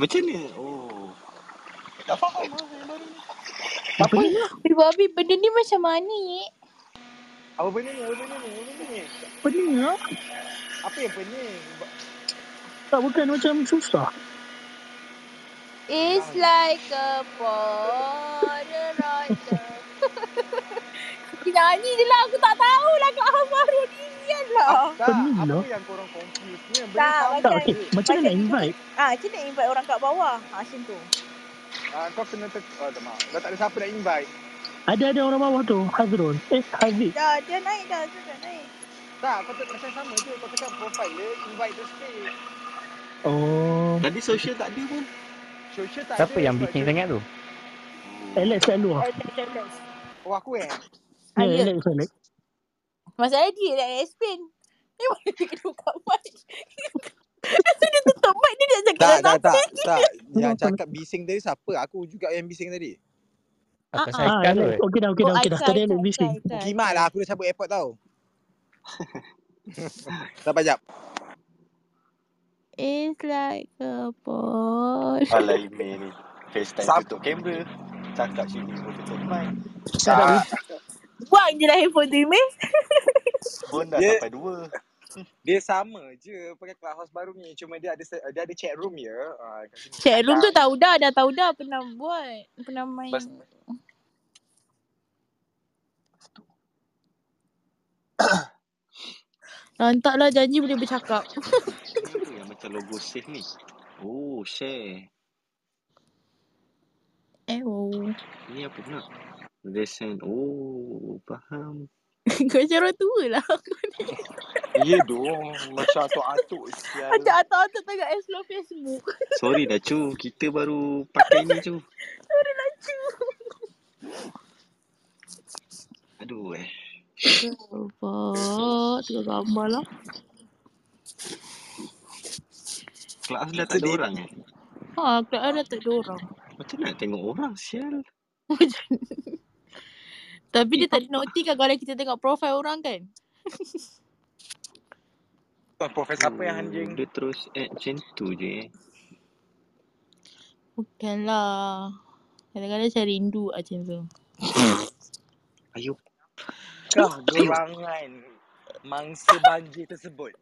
Macam mana? Oh. Tak faham lah yang baru ni. Apa ni? Eh, Babi, benda ni macam mana, Yek? Apa benda ni? Apa benda ni? Apa benda ni? Pening lah. Apa yang pening? Ba- Tak bukan macam susah. It's like a Polaroid. Nyanyi je lah. Aku tak tahu lah Kak Amar Rodinian lah. Tak, Pening apa lah. yang korang confuse ni? Yang benda Tak, Tak, sama macam- je. okey. Macam mana nak invite? Ah, kita nak invite orang kat bawah. Ah, macam tu. Ah, kau kena tek... Oh, tak maaf. Dah tak ada siapa nak invite. Ada-ada orang bawah tu. Hazrul. Eh, Haziq. Dah, dia naik dah. Dia dah naik. Tak, kau tak macam sama je. Kau tekan profile dia, invite the space. Oh. Tadi social tak ada pun. Social tak Siapa ada, yang sebab bising dia- sangat tu? Alex selalu Ah. lah. Alex, Alex. Oh, aku eh? Ya, Ah, ya. Alex Alex. Masalah dia nak explain. Dia boleh dia kena buka mic. Asal dia tutup mic, dia nak Tak, cakap dah tak, tak, tak. Yang Kenapa? cakap bising tadi siapa? Aku juga yang bising tadi. Atas Ah, Oh, Ah, Haikal tu Alex. eh? Okey dah, okey dah, okey dah. Tadi Alex bising. Kimak lah aku dah cabut airport tau. Sabar jap. It's like a ball. Alah email ni. FaceTime Sam- tutup kamera. Cakap sini pun tutup mic. Ah, Buang je lah handphone tu, Imeh. Pun dah Dia- sampai dua. dia sama je pakai clubhouse baru ni. Cuma dia ada se- dia ada chat room ya. Ah, kat sini. Chat room tu tahu dah, dah tahu dah pernah buat. Pernah main. Bas- Lantak lah janji boleh bercakap. Apa Hmm, yang macam logo save ni? Oh, share. Eh, wow. Ni apa nak? Listen. Oh, faham. Kau cara tua lah. Ya dong. Macam atuk-atuk sial. Macam atuk-atuk tengok explore Facebook. Sorry dah cu, kita baru pakai ni cu. Aduh eh. Nampak. Ya Tengok gambar lah. Kelas dah tak ada Sedih. orang eh. Ha, kelakar dah tak ada orang. Macam nak tengok orang sial. Tapi dia tak noti kan kalau kita tengok profil orang kan. Profesor apa yang anjing? Dia terus add macam tu je eh. Bukanlah. Kadang-kadang saya rindu lah macam tu. Ayuh. Kau Hmm, gerangan mangsa banjir tersebut.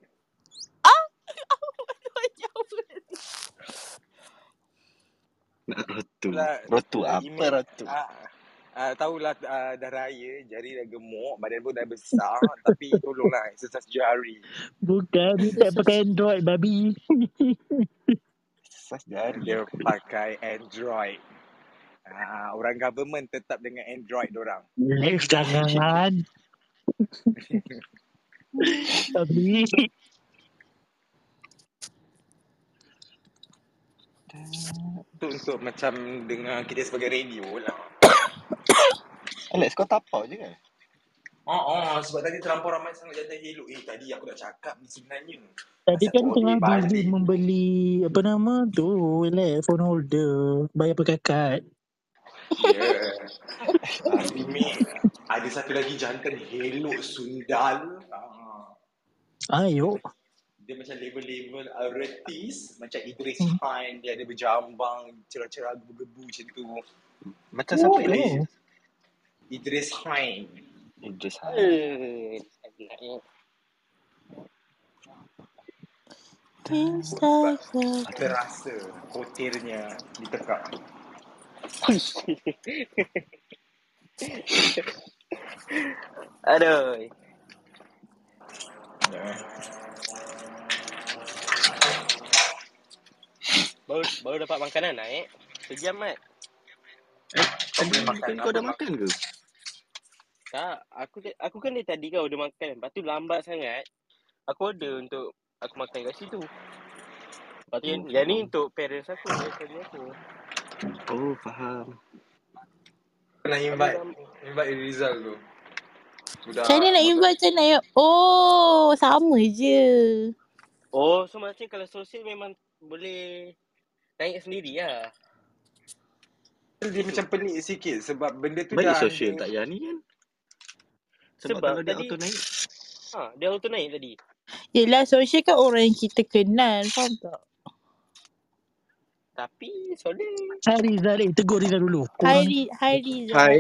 Nak rotu. Lah, Rotu lah, apa email. rotu? Ah, ah, tahulah ah, dah raya, jari dah gemuk, badan pun dah besar tapi tolonglah exercise jari. Bukan, ni tak pakai Android, babi. Sas jari. Dia pakai Android. Ah, orang government tetap dengan Android orang. Alex, jangan. Babi. Untuk untuk macam dengan kita sebagai radio lah. Alex kau tapau je kan? Oh, oh, sebab tadi terlampau ramai sangat jadi hello. Eh, tadi aku dah cakap ni sebenarnya. Tadi kan Asal tengah tak boleh busy balik. membeli, apa nama tu, Alex, phone holder. Bayar pakai kad. Ya. Ah, Timik, ada satu lagi jantan hello sundal. Ah. Ayo. dia macam level-level artis macam Idris Hmm. Fan dia ada berjambang cerah-cerah gebu-gebu macam tu Macam siapa Oh. lagi? Idris Fan Idris Han. It's like a terasa kotirnya ditekak Aduh. Baru, baru dapat makanan naik. Sejam, Mat. Tadi makan kau dah makan ke? Tak, aku da- aku kan dari tadi kau order makan. Lepas tu lambat sangat. Aku order untuk aku makan kat situ. Lepas tu yang, Oh, yang ni faham. untuk parents aku, yang family aku. Oh faham. pernah invite invite Rizal tu Budak Macam mana nak invite macam mana? nak- Oh, sama je. Oh, so maksudnya kalau sosial memang boleh naik sendiri lah. dia macam pelik sikit sebab benda tu Balik dah sosial tak payah ni kan? Sebab, Sebab kalau dia tadi- auto naik. Ha, dia auto naik tadi. Yelah, social kan orang yang kita kenal. Faham tak? Tapi soleh. Hai Rizal Eh tegur Rizal dulu Hai, Korang Ri- hai Riza. Hai.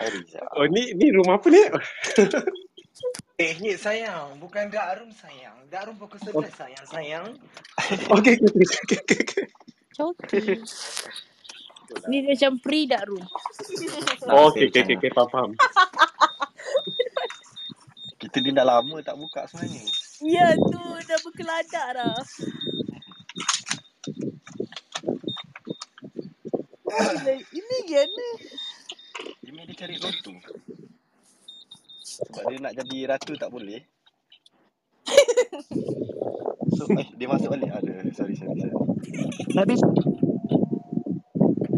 Hariza. Oh ni ni rumah apa ni? Teknik Eh, sayang, bukan Darum sayang. Darum pukul Oh. 11 sayang sayang. Okey okey okey okey, okey okey. Coki. Ni dia macam pre dak room. Oh, Okey okey okey okey faham faham. Kita ni dah lama tak buka sebenarnya. Ya tu dah berkeladak dah. Ini ini gana. Imi dia cari rotu. Sebab dia nak jadi ratu tak boleh. So, eh, dia masuk balik. Ada, sorry, sorry. sorry. Habis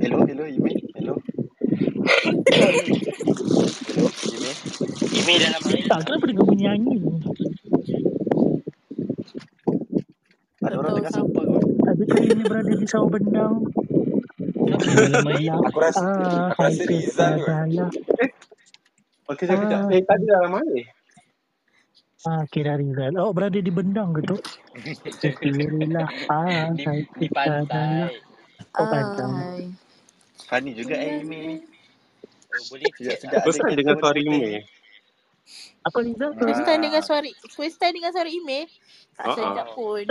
Hello, hello, Imi. Hello. hello, Imi. Imi dalam air. Tak kenapa dengar bunyi angin Ada orang Tahu tengah siapa. sampah kot. Habis saya ini berada di sawah bendang Dalam gelap Aku rasa Ah, aku hai rasa Rizal kot. kesadalah Okey saya kejap. Ah. Eh tadi dalam mana? Ah, kira Rizal Oh, berada di bendang ke tu? Kira-kira Ah, Di, hai di kesadalah pantai. Oh, pantai Hai. Funny juga eh, Imi. Oh, boleh Ya. sejak-sejak Bosan dengan suara Imi. Apa Rizal? Ah. First time dengan suara first time dengan suara email tak Ah, ah. sedap pun.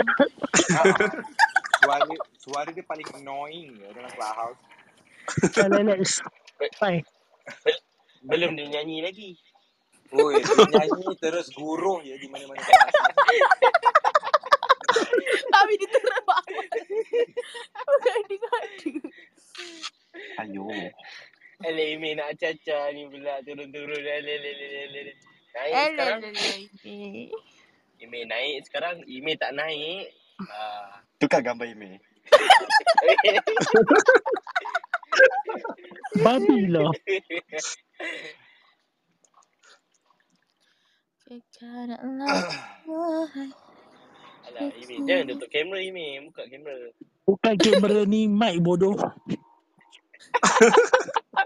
Ah, suara suara dia paling annoying ke dalam clubhouse. Kalau let's Bye Belum dia nyanyi lagi. Oi, dia nyanyi terus guruh je di mana-mana. kelas. Tapi dia terbang. Bukan dengar dia. Ayo. Alih Imi nak caca ni pula turun-turun. Alih, alih, alih, alih, alih. Naik Eh, sekarang. lah, lah, lah, Imi. Email naik sekarang. Email tak naik. Uh, Tukar gambar email. Babilah Sekaranglah wahai alah, email. Jangan tutup kamera email. Buka kamera. Bukan kamera ni mic bodoh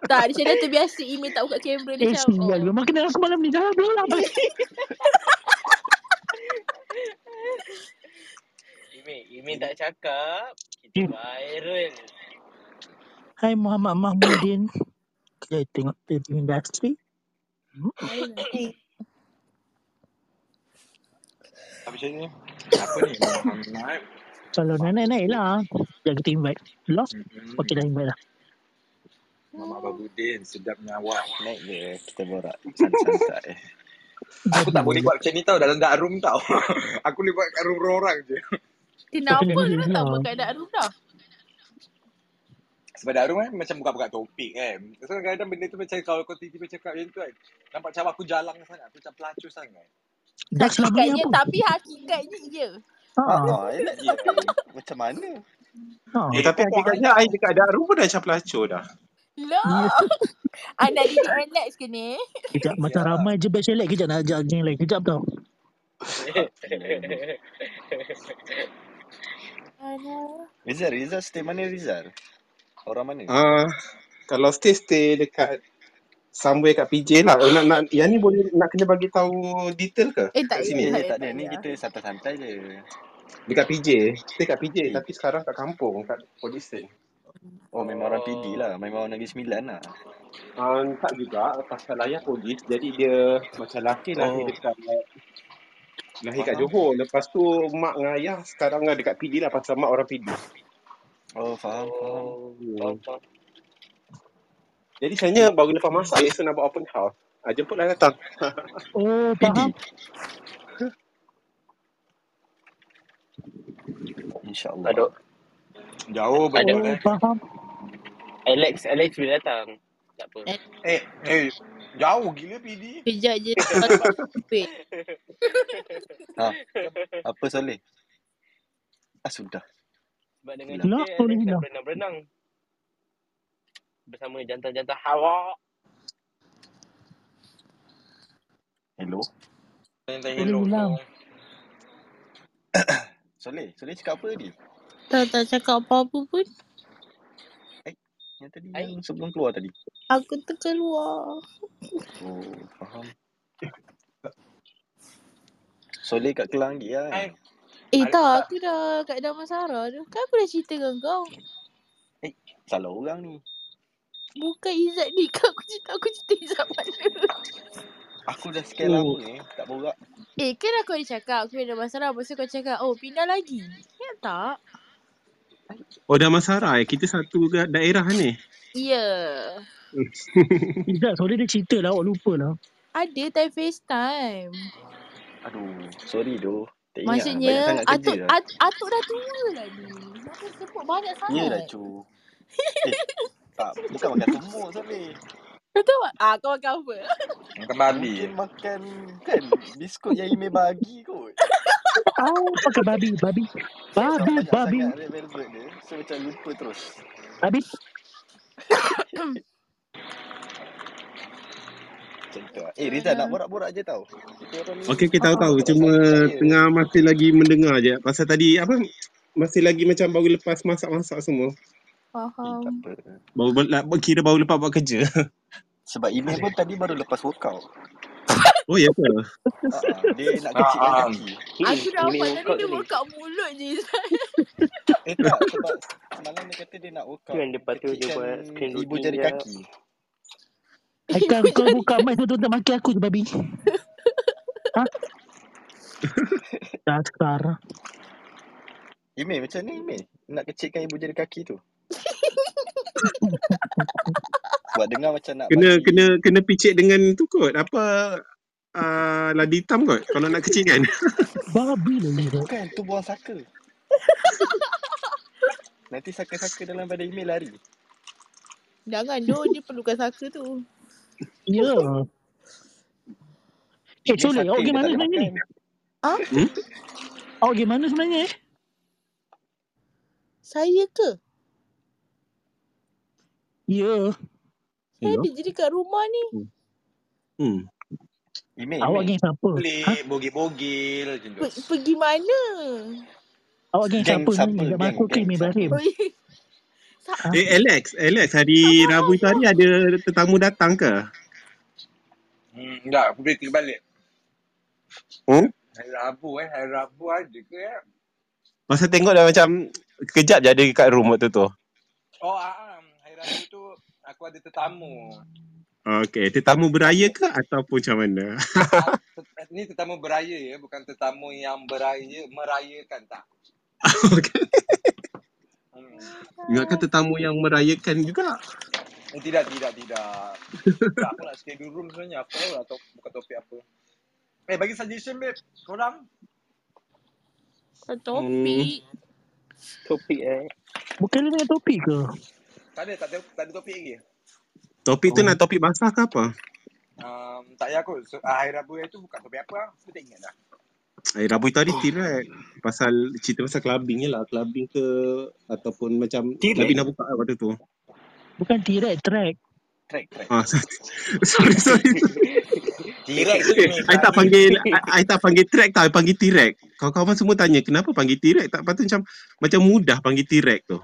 Tak, dia macam dah terbiasa email tak buka kamera dia Eh macam sial oh. Memang kena aku malam ni Dah habis lah bye. Email. Email tak cakap. Kita viral. Hai Muhammad Mahmudin Saya tengok TV industri lah." Apa macam ni? Apa ni? Muhammad. Kalau nak naik lah Dah kita invite Lost Mm-mm. Okay dah invite lah Mama Babudin, sedapnya awak. Naik je kita borak eh. santai-santai. Aku tak Jadi, boleh buat macam ni tau dalam dark room tau. aku boleh buat kat room orang je. Kenapa Tapi kena dia tak hilang. buat keadaan rumah? Sebab dark room kan macam buka-buka topik kan. So kadang-kadang benda tu macam kalau kau tiba-tiba cakap macam tu kan. Nampak macam aku jalang sangat. Aku macam pelacur sangat. Dah selama ni Hakikatnya apa? tapi hakikatnya ya. Ha, Ah, elak je. Macam mana? ha. Eh tapi kau hakikatnya ai dekat daru pun dah macam pelacur dah. Lah. Anak didik relax ke ni? Kejap macam Ya. ramai je best elect Kejap nak ajak geng lain Kejap tau Alah. Rizal, Rizal stay mana Rizal? Orang mana? Ah, kalau stay stay dekat somewhere kat PJ lah. Oh, nak, nak, yang ni boleh nak kena bagi tahu detail ke? Eh tak Kat Eh, sini. payah, eh, tak tak ada. Ni payah. kita santai-santai je. Dekat PJ. Stay kat PJ tapi sekarang kat kampung kat polisi. Oh, memang orang PD lah. Memang orang Negeri Sembilan lah. Ah, tak juga pasal ayah polis jadi dia macam lelaki lahir Oh. dekat lahir kat Johor. Lepas tu mak dengan ayah sekarang lah dekat PD lah pasal mak orang PD. Oh, faham, faham. Oh, Hmm. faham, faham. Jadi saya baru lepas masak esok nak buat open house. Ah, jemputlah datang. Oh faham InsyaAllah. Aduh. Jauh betul Oh eh. faham Alex, Alex boleh datang. Tak apa. Eh, Eh, eh. Jauh gila PD. Kejap je tak buat topik. Apa Soleh? Ah, sudah. Sebab dengan Lah, dia, boleh Alex dah hilang. berenang-berenang. Bersama jantan-jantan hawa. Hello? Tanya-tanya Boleh hello hilang. tu. Soleh? Soleh cakap apa tadi? Tak tak cakap apa-apa pun. Yang tadi, Hai. yang sebelum keluar tadi. Aku terkeluar. Oh, faham. Soleh kat Kelang lagi lah. kan? Hai. Eh Ada- tak, aku dah kat Damansara tu. Kan aku dah cerita dengan kau. Salah orang ni. Bukan Izzat ni. Kau aku cerita, aku cerita Izzat mana. Aku dah sekian Oh. lama eh. Tak borak. Eh, kan aku ada cakap aku ada masalah. Lepas tu kau cakap, oh pindah lagi. Ya tak? Oh Damansara eh. Kita satu ga- daerah ni. Ya. Izzat, sorry dia cerita lah. Awak lupa lah. Ada time FaceTime. Aduh. Sorry doh. Tak ingat. Ya, Banyak Maksudnya, sangat kerja lah. Atuk, dah. At, Atuk dah tua lah ni. Kenapa sebut banyak sangat? Yelah cu. Ya Eh. Tak. Bukan makan semua Soleh. Kau tahu tak? Ah, kau makan apa? Makan babi. Mungkin makan kan biskut yang Ime bagi kot. Oh, pakai babi, babi. Sebab Babi, banyak babi, sangat red velvet dia. So macam lupa terus. babi. Macam tu lah. Eh Rizal nak borak-borak je tau. Kita orang ni. Okey, okey tahu-tahu. Ah, Cuma tak ya. tengah masih lagi mendengar je. Pasal tadi apa masih lagi macam baru lepas masak-masak Eh, semua. tak Faham. apa. Baru lah, kira baru lepas buat kerja. Sebab Ime pun tadi baru lepas workout. Oh ya ke? Ah, ah, dia nak kecilkan Ah, ah. kaki. Aku nampak lah. tadi workout dia ni. buka mulut je. Eh tak sebab semalam dia kata dia nak workout. Tu yang dia patut dia Kecilkan buat screen kan. ibu routine jari je. kaki. Haikal, kau buka mic tu tentang maki aku tu, babi. Ha? Dasar. Ime macam ni Ime. Nak kecilkan ibu jari kaki tu. Sebab dengar macam nak Kena bagi. kena kena picit dengan tu kot. Apa uh, ladi hitam kot kalau nak kecil kan. Babi lah Eh Izzat. bukan tu buang saka. Nanti saka-saka dalam badan Ime lari. Jangan doh, dia perlukan saka tu. Ya. Eh, Ni Soleh, saka yang awak dia tak game mana boleh sebenarnya makan. ni? Hmm? Awak game mana sebenarnya eh? Saya ke? Ya. Saya Ya. ada jadi kat rumah ni. Hmm. Ime, Awak Ime. game siapa? Ha? Pelik, bogil-bogil macam tu. Pe- pergi mana? Awak game Geng siapa sebenarnya? siapa? Gam Geng, aku ke geng Imi siapa? Barim? Oh, ya. Sa- Ha? Eh Alex, Alex hari Rabu itu hari ada tetamu datang ke? Hmm, tak, aku boleh balik. Hmm? Hari Rabu eh, hari Rabu ada ke eh? Masa tengok dah macam kejap je ada dekat room waktu tu. Oh, ah, ah, hari Rabu tu aku ada tetamu. Okey, tetamu beraya ke ataupun macam mana? Ah, tet- ni tetamu beraya ya, bukan tetamu yang beraya, merayakan tak. Okey. Hmm. Ingatkan tetamu yang merayakan juga. Eh, tidak, tidak, tidak. Tak, aku nak stay di room sebenarnya. Aku tahu lah top, bukan topik apa. Eh, bagi suggestion, babe. Korang? hmm. Bukan topik. Topik eh. Bukan dia dengan topik ke? Tak ada, tak ada, tak ada topik lagi. Topik Oh. tu nak topik basah ke apa? Um, tak payah kot. So, ah, hari Rabu itu bukan topik apa lah. Aku tak ingat dah. Eh, Rabu itu hari tirat. Pasal cerita pasal clubbing je lah. Clubbing ke ataupun macam Tirat? clubbing dah buka lah waktu tu. Bukan T-Rex, track. Track, track. Ah, sorry, sorry. Tirat tu Eh, ni I tak panggil I, I tak panggil track tau, I panggil T-Rex. Kawan-kawan semua tanya kenapa panggil T-Rex? Tak patut macam macam mudah panggil T-Rex tu.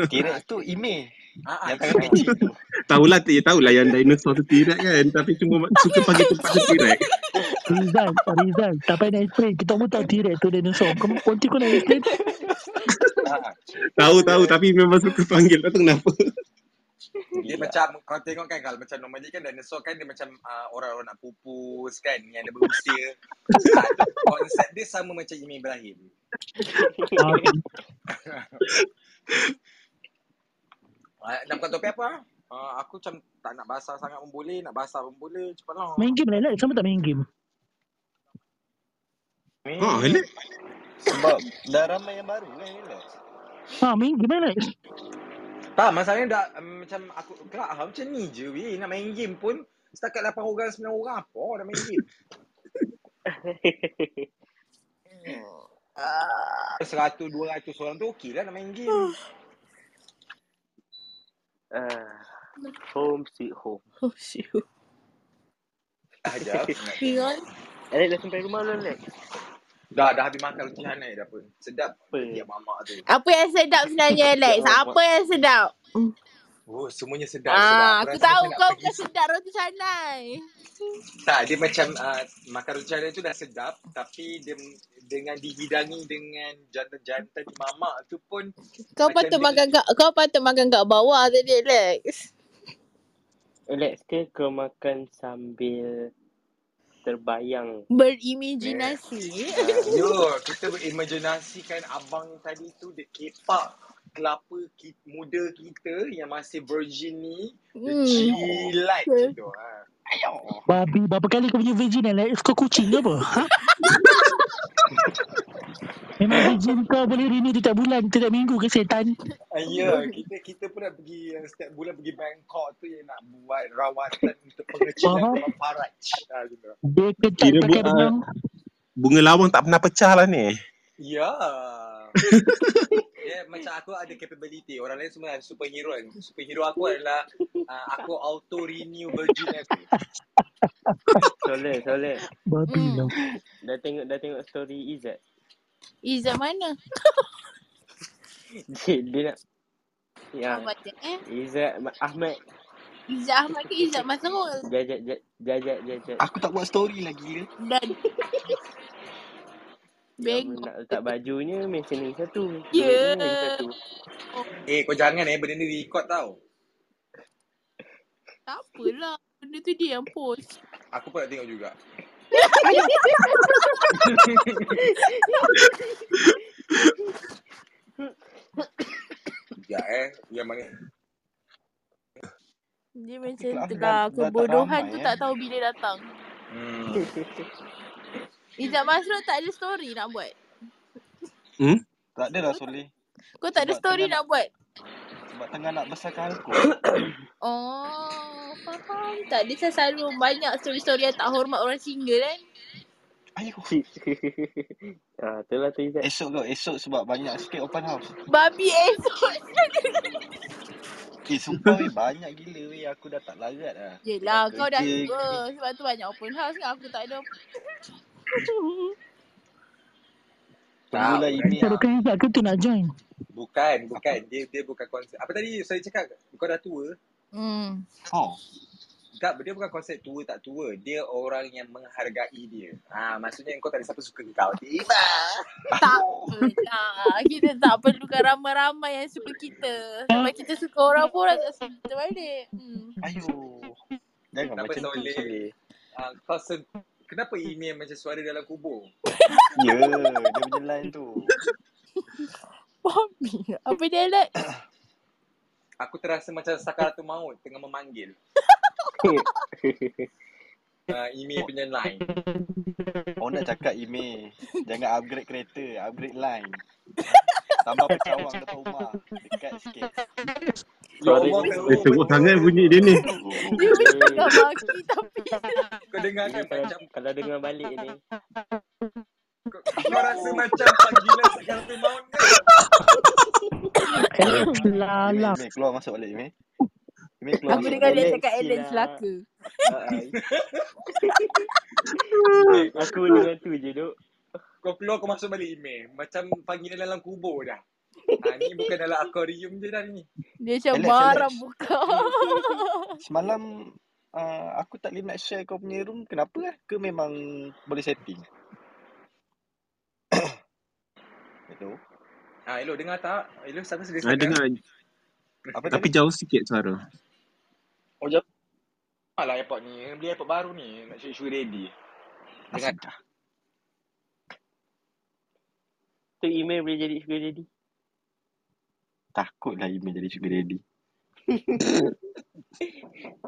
T-Rex tu Ime. Ah, ah, Yang tangan kecil tu. Tahulah, ya tahulah yang dinosaur tu T-Rex kan, tapi cuma suka panggil tempat tu T-Rex. Rizal, Rizal. Tak payah nak explain. Kita semua tahu T-Rex tu dinosaur. Kau konti kau nak explain. ah, ah. Tahu tahu tapi memang suka panggil. Tak tahu kenapa. Dia Gila. macam, kau tengok kan kalau macam normally kan dinosaur kan dia macam ah, orang-orang nak pupus kan yang ada berusia. Ah, tu, konsep dia sama macam Imi Ibrahim. Ah, Ah, nak bukan topik apa? Ah, aku macam tak nak basah sangat pun boleh, nak basah pun boleh. Cepat lah. main game lah. Alex. Sama tak main game? Ha, Ime. Alex. Sebab dah ramai yang baru kan Alex. Ha, main game Alex. Tak, masalahnya dah um, macam aku kelak ha, macam ni je weh. Nak main game pun setakat 8 orang 9 orang apa orang nak main game. Ah. 100 200 orang tu okey lah nak main game. Ah, home sweet home. Oh, siu. Dah jap. nak tengok. Pion. Alex dah sampai rumah belum Alex? Dah dah habis makan roti hanai dah pun. Sedap Apa? tiap mamak tu. Apa yang sedap sebenarnya, Lex? Apa yang sedap? Oh, semuanya sedap sedap. Ah, Aku aku rasa macam tahu nak kau pergi. bukan sedap roti canai. ah, Tak, dia macam uh, makan roti hanai tu dah sedap tapi dia dia dengan dihidangi dengan jantan-jantan mamak tu pun Kau Macam patut dia- makan kat kau patut makan kat bawah tadi Lex. Alex ke kau makan sambil terbayang. Berimajinasi. Hmm. Yo, kita berimajinasikan abang tadi tu dia kepak kelapa ki- muda kita yang masih virgin ni dia Hmm. jilat Okay. gitu ha. Babi, berapa kali kau punya virgin Alex? Kau kucing ke apa? Ha? Memang virgin kau boleh renew tiap bulan, tiap minggu ke setan? Ah, Ya, kita kita pun nak pergi uh, setiap bulan pergi Bangkok tu yang nak buat rawatan untuk pengecilan Faham? dalam paraj. Ha, gitu. Dia ketat Kira pakai bu- ah. benang. Bunga lawang tak pernah pecah lah ni. Ya. Ya, macam aku ada capability. Orang lain semua ada superhero kan. Superhero aku adalah uh, aku auto renew virgin aku. Soleh, soleh. Babi Hmm. lah. Dah tengok dah tengok story Izzat. Izzat mana? Dia, dia nak Ya, Ahmad Jack eh? Izzat Ma- Ahmad Izzat Ahmad ke Izzat Masrul? jajak jajak jajak jajak. Aku tak buat story lah gila. Dan Lama Bengok. nak letak bajunya maintenance satu. Ya. Duitnya lagi satu. Eh, kau jangan eh. Benda ni record tau. Tak apalah. Benda tu dia yang post. Aku pun nak tengok juga. Sekejap eh. Yang mana? Dia macam Kelab dah- tu lah. dah tak Kebodohan ramai, tu eh. tak tahu bila datang. Hmm. Izzat Masrul tak ada story nak buat. Tak ada lah Soleh. Kau tak ada Sebab story tengah nak buat. Sebab tengah nak besarkan aku. Oh, faham tak? Dia kan selalu banyak story-story yang tak hormat orang single kan? Ayuh. ah, itulah tu Izzat. Esok kau, esok sebab banyak sikit open house. Babi esok. Eh sumpah weh, banyak gila weh. Aku dah tak larat lah. Yelah, Dah kau dah kerja. tua. Sebab tu banyak open house kan? Aku tak ada. Tunggulah Tahu, ini lah, Kita ah. rokan Izzat ke tu nak join? Bukan, bukan. Dia dia bukan konsep. Apa tadi saya cakap? Kau dah tua. Hmm. Oh. Tak, dia bukan konsep tua tak tua. Dia orang yang menghargai dia. Ha, maksudnya kau tak ada siapa suka kau. Tiba. Tak apalah. Kita tak perlukan ramai-ramai yang suka kita. Sebab kita suka orang pun orang tak suka kita balik. Hmm. Ayuh. Jangan Kenapa macam tu Soleh? Soleh. Ha, kau sen- Kenapa ini macam suara dalam kubur? Ya, dia punya line tu. Babi. Apa dia like? Aku terasa macam sakaratul maut tengah memanggil. Uh, ini punya line. Orang nak cakap email. Jangan upgrade kereta, upgrade line. Tambah pecawang dekat rumah. Dekat sikit. Ya Sorry. Allah, Dia tepuk tangan bunyi dia ni. Dia macam tengah maki tapi Kau dengar Ini kan kalau, macam kalau dengar balik ni. kau, kau rasa macam panggilan sakaratul maut kan? Email, Lala. email. Keluar masuk balik email. Email keluar Aku masuk dengar balik. dia Alex cakap Alex lah. silap. celaka. Ha, Ah, ah. aku dengar tu je duk. Kau keluar kau masuk balik email. Macam panggilan dalam kubur dah. Ha, ni bukan dalam akuarium je dah ni. Dia macam Alex, marah Alex. buka. Semalam uh, aku tak boleh nak share kau punya room. Kenapa lah? Ke memang boleh setting? Hello. Ha, Elo dengar tak? Elo siapa sedia sangat? Saya Ah, dengar Apa tapi tadi? jauh sikit suara. Oh, jauh. Alah Ah, lah, airport ni. Beli airport baru ni. Nak sure-sure ready. Dengar. Asal dah. Tu email boleh jadi sugar daddy. Takutlah email jadi sugar daddy.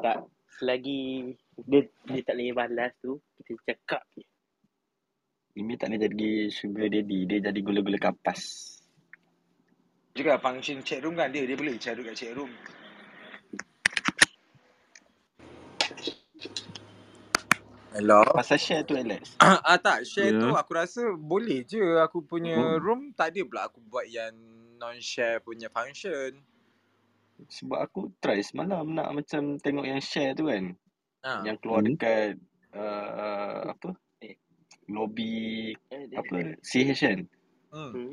Tak. Selagi dia, dia tak boleh balas tu, kita cakap je. Email tak boleh jadi sugar daddy. Dia jadi gula-gula kapas. Juga function chat room kan dia. Dia boleh chat kat chat room. Hello. Pasal share tu Alex. ah tak, share Ya. tu aku rasa boleh je. Aku punya Oh. room tak ada pula aku buat yang non-share punya function. Sebab aku try semalam nak macam tengok yang share tu kan. Ha. Yang keluar Hmm. dekat uh, apa? Eh, lobby Eh, dia- apa? CH kan. Hmm. Hmm.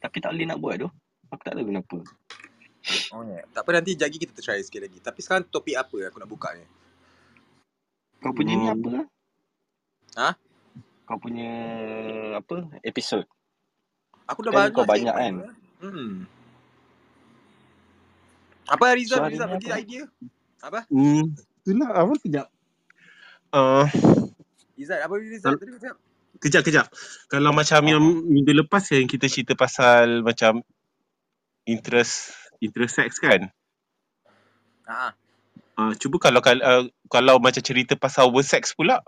Tapi tak boleh nak buat tu. Aku tak tahu kenapa. Oh, yeah. Tak apa nanti jagi kita try sikit lagi. Tapi sekarang topik apa yang aku nak buka ni? Kau punya ni Hmm. apa lah? Ha? Kau kau punya apa episod. Aku dah Kan banyak. kau sih, banyak kan? Hmm. So, Apa Rizal? hari Rizal ni bagi apa? idea. Hmm, itulah apa kejap. Ah, uh, Rizal, apa Rizal Al- tadi macam? kejap kejap. Kalau macam yang minggu lepas yang kita cerita pasal macam interest interest sex kan. Ha. Ah, cuba kalau kalau, uh, kalau macam cerita pasal oversex pula.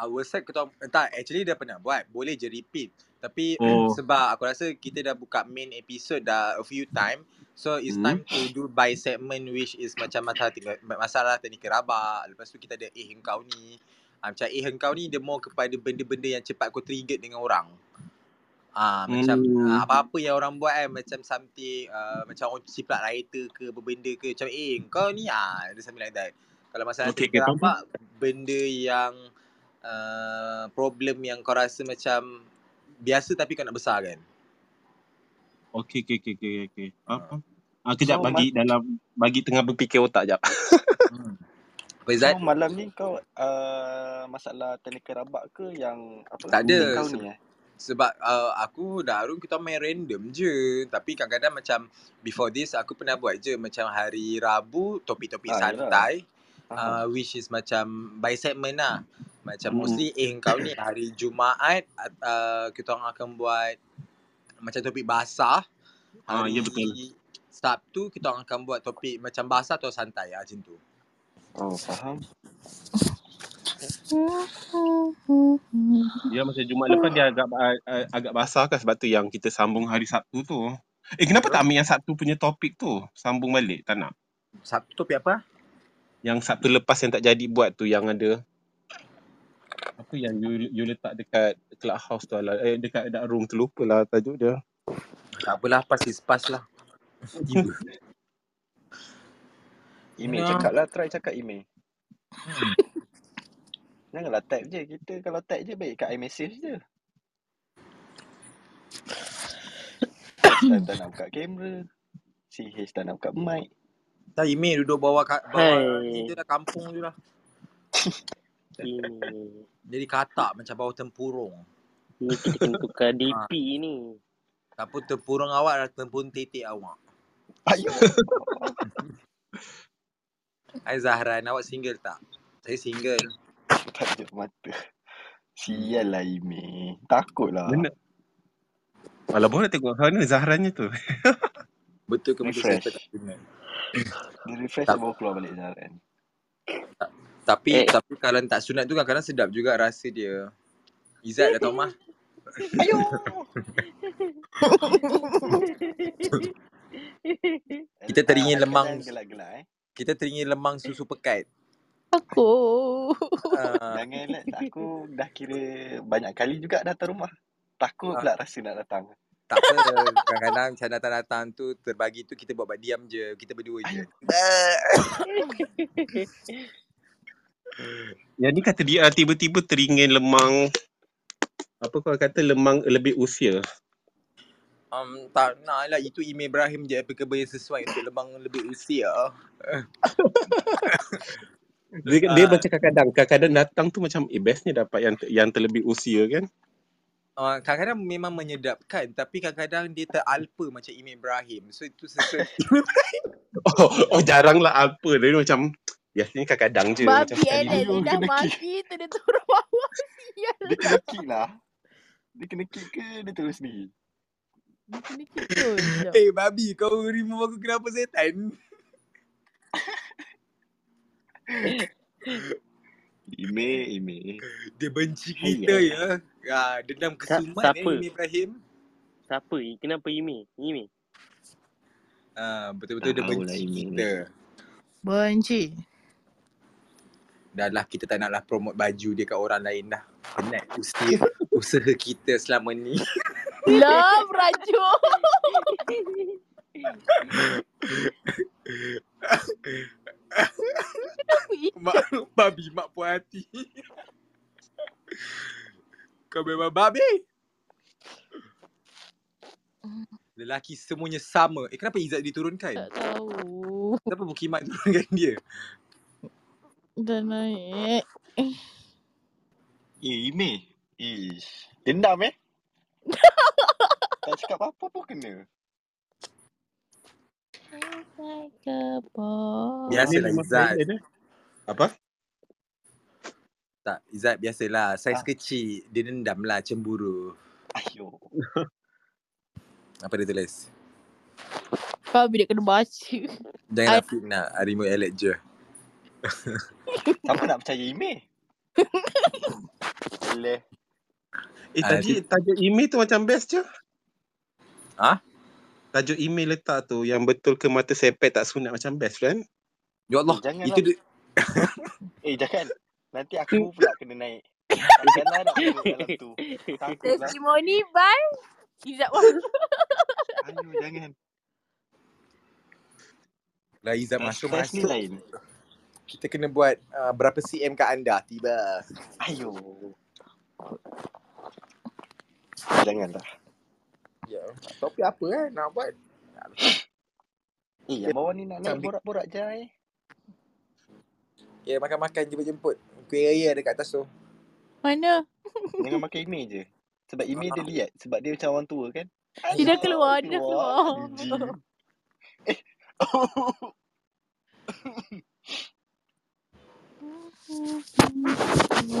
Our set kita tak actually dah pernah buat. Boleh je repeat. Tapi Oh. sebab aku rasa kita dah buka main episode dah a few time. So it's time Hmm. to do by segment which is macam masalah tinggal, masalah teknikal rabak. Lepas tu kita ada eh engkau ni. Ah, macam eh engkau ni dia more kepada benda-benda yang cepat kau trigger dengan orang. Ah macam Hmm. ah, apa-apa yang orang buat kan macam something uh, macam orang ciprat lighter ke apa benda ke macam eh kau ni ah dia something like that. Kalau masalah Okay, okay, okay, faham. terabak benda yang uh, problem yang kau rasa macam biasa tapi kau nak besar kan. Okey okey okey okey okey. Faham, Ah. faham. Ah, kejap So, bagi dalam bagi tengah berfikir otak jap. Hmm. Apa So Izzat? malam ni kau uh, masalah teknikal rabak ke yang apa? Tak ada. Yang Kau ni eh. Sebab uh, aku dan Arun kita main random je. Tapi kadang-kadang macam before this aku pernah buat je macam hari Rabu topik-topik Ah, yelah. santai. Faham. uh, which is macam by segment lah. Macam Mm. mostly eh kau ni hari Jumaat uh, kita orang akan buat macam topik basah. Ah, Hari ya betul. Sabtu kita orang akan buat topik macam basah atau santai lah macam tu. Oh, faham. Ya macam Jumaat lepas dia agak a- a- agak basah kan sebab tu yang kita sambung hari Sabtu tu. Eh kenapa tak ambil yang Sabtu punya topik tu? Sambung balik tak nak. Sabtu topik apa? Yang Sabtu lepas yang tak jadi buat tu yang ada apa yang you, you letak dekat clubhouse tu lah eh dekat dark room tu lupa lah tajuk dia. Tak apalah, pas is pas lah. Tiba. Email No. cakap lah, try cakap email. Hmm. Janganlah type je. Kita kalau type je baik kat iMessage je. FaceTime tak nak buka kamera. CH tak nak buka mic. Dah email duduk bawah ka- bawah Hai. ni je lah, kampung je lah. Ini. Jadi katak macam bawah tempurung. Ni kita kena tukar DP ni. Tak pun tempurung awak dah tempurung titik awak. Ayuh. Hai Zahran, awak single tak? Saya single. Tajuk mata. Sial lah email. Takut lah. Mana? Alah baru nak tengok sana Zahranya tu. Betul ke betul saya Refresh. pun tak dengar. Dia refresh Tak. dia baru keluar balik Zaran. Tapi Eh. tapi kalau tak sunat tu kadang-kadang sedap juga rasa dia. Izzat dah tahu mah. Ayuh. Kita teringin Ah, lemang. Jangan gelak-gelak eh. Kita teringin lemang susu pekat. Aku. Uh, Jangan let aku dah kira banyak kali juga datang rumah. Ah. Takut pula rasa nak datang. tak apa. Kadang-kadang macam datang-datang tu terbagi tu kita buat buat diam je. Kita berdua je. Yang ni kata dia ah, tiba-tiba teringin lemang apa kau kata lemang lebih usia. Um, tak nak lah. Itu Imi Ibrahim je applicable yang sesuai untuk lemang lebih ya. usia. Dia, Ah. dia macam kadang-kadang kadang-kadang datang tu macam eh bestnya dapat yang yang terlebih usia kan. Uh, kadang-kadang memang menyedapkan tapi kadang-kadang dia teralpa macam Imi Ibrahim. So itu sesuai Oh, oh jarang lah apa. Dia macam biasanya kadang-kadang je macam Babi sekali. Alan Ayuh, dia dah kena kick. maki tu dia turun bawah. Sial. Dia kena kick lah. Dia kena kick ke dia terus sendiri? Dia kena kick tu. Sekejap. Eh babi kau remove aku kenapa setan? Email, email. Dia benci kita Hai, ya. Ya, dendam Sa- kesumat eh siapa? Imi Ibrahim. Siapa? Kenapa Imi? Imi. Ah, betul-betul Tak dia tahulah email benci ni. kita. Benci. Dah lah kita tak naklah promote baju dia kat orang lain dah. Penat usia usaha kita selama ni. Love Raju. mak babi mak puas hati. Kau memang babi. Lelaki semuanya sama. Eh kenapa Izzat diturunkan? Tak tahu. Kenapa Bukimat turunkan dia? Dah naik. Eh, email. Ish. Dendam eh? tak cakap apa-apa pun kena. Like a ball. Biasa lah Memang Izzat. ada. Apa? Tak, Izzat biasalah. Saiz kecil. Dia dendam lah, cemburu. Ayo. Apa dia tulis? Kau bila kena baca. Janganlah I- fitnah. Arimu elek je. Siapa nak percaya email? Leh. Eh Ah, tadi tajuk email tu macam best je. Ha? Ah? Tajuk email letak tu yang betul ke mata sepet tak sunat macam best kan? Ya Eh, Allah. janganlah. Itu dia. Eh, jangan. Nanti aku pula kena naik. Janganlah nak masuk dalam tu. Takut lah. Testimoni by Izzat Wah. Ayo, jangan. Lah Izzat Stress ni masuk-masuk. lain. Kita kena buat uh, berapa CM kat anda. Tiba. Ayo. Janganlah. Ya. Topik apa eh nak buat? Eh, yang bawah ni nak naik Macam- borak-borak je eh. Ya, makan-makan jemput-jemput. Kuih raya ada kat atas tu. Mana? Jangan pakai email je. Sebab email dia lihat. Sebab dia macam orang tua kan. Dia dah keluar, dia dah keluar. Jijik.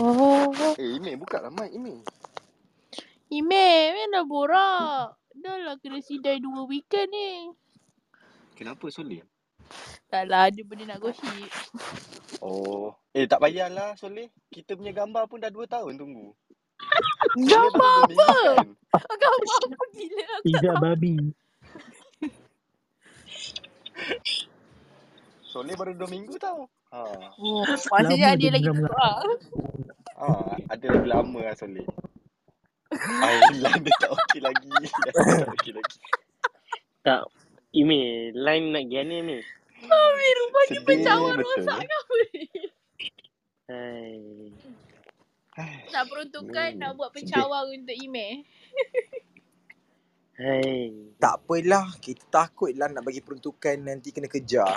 Oh. Eh, email buka lah mic email. Ime, mana dah borak. Dah lah kena sidai dua weekend ni. Kenapa Soleh? Tak lah, ada benda nak gosip. Oh. Eh, tak payahlah Soleh. Kita punya gambar pun dah 2 tahun tunggu. Gambar apa? gambar apa gila aku tak Izzat babi. Soleh baru 2 minggu tau. Ha. Oh, maksudnya Lama ada dia lagi tu dendam ah. Ha, ada lagi lama lah Soleh. Ayolah, dia tak okey lagi. Dia tak okey lagi. Tak. Imi, line nak gian ni, Imi. Tapi rupanya Sedih pencawan betul. rosak kan, kau ni. Hai. Nak peruntukkan Hmm, nak buat sedih. pencawan untuk Ime. Hai. Tak apalah. Kita takut lah nak bagi peruntukan nanti kena kejar.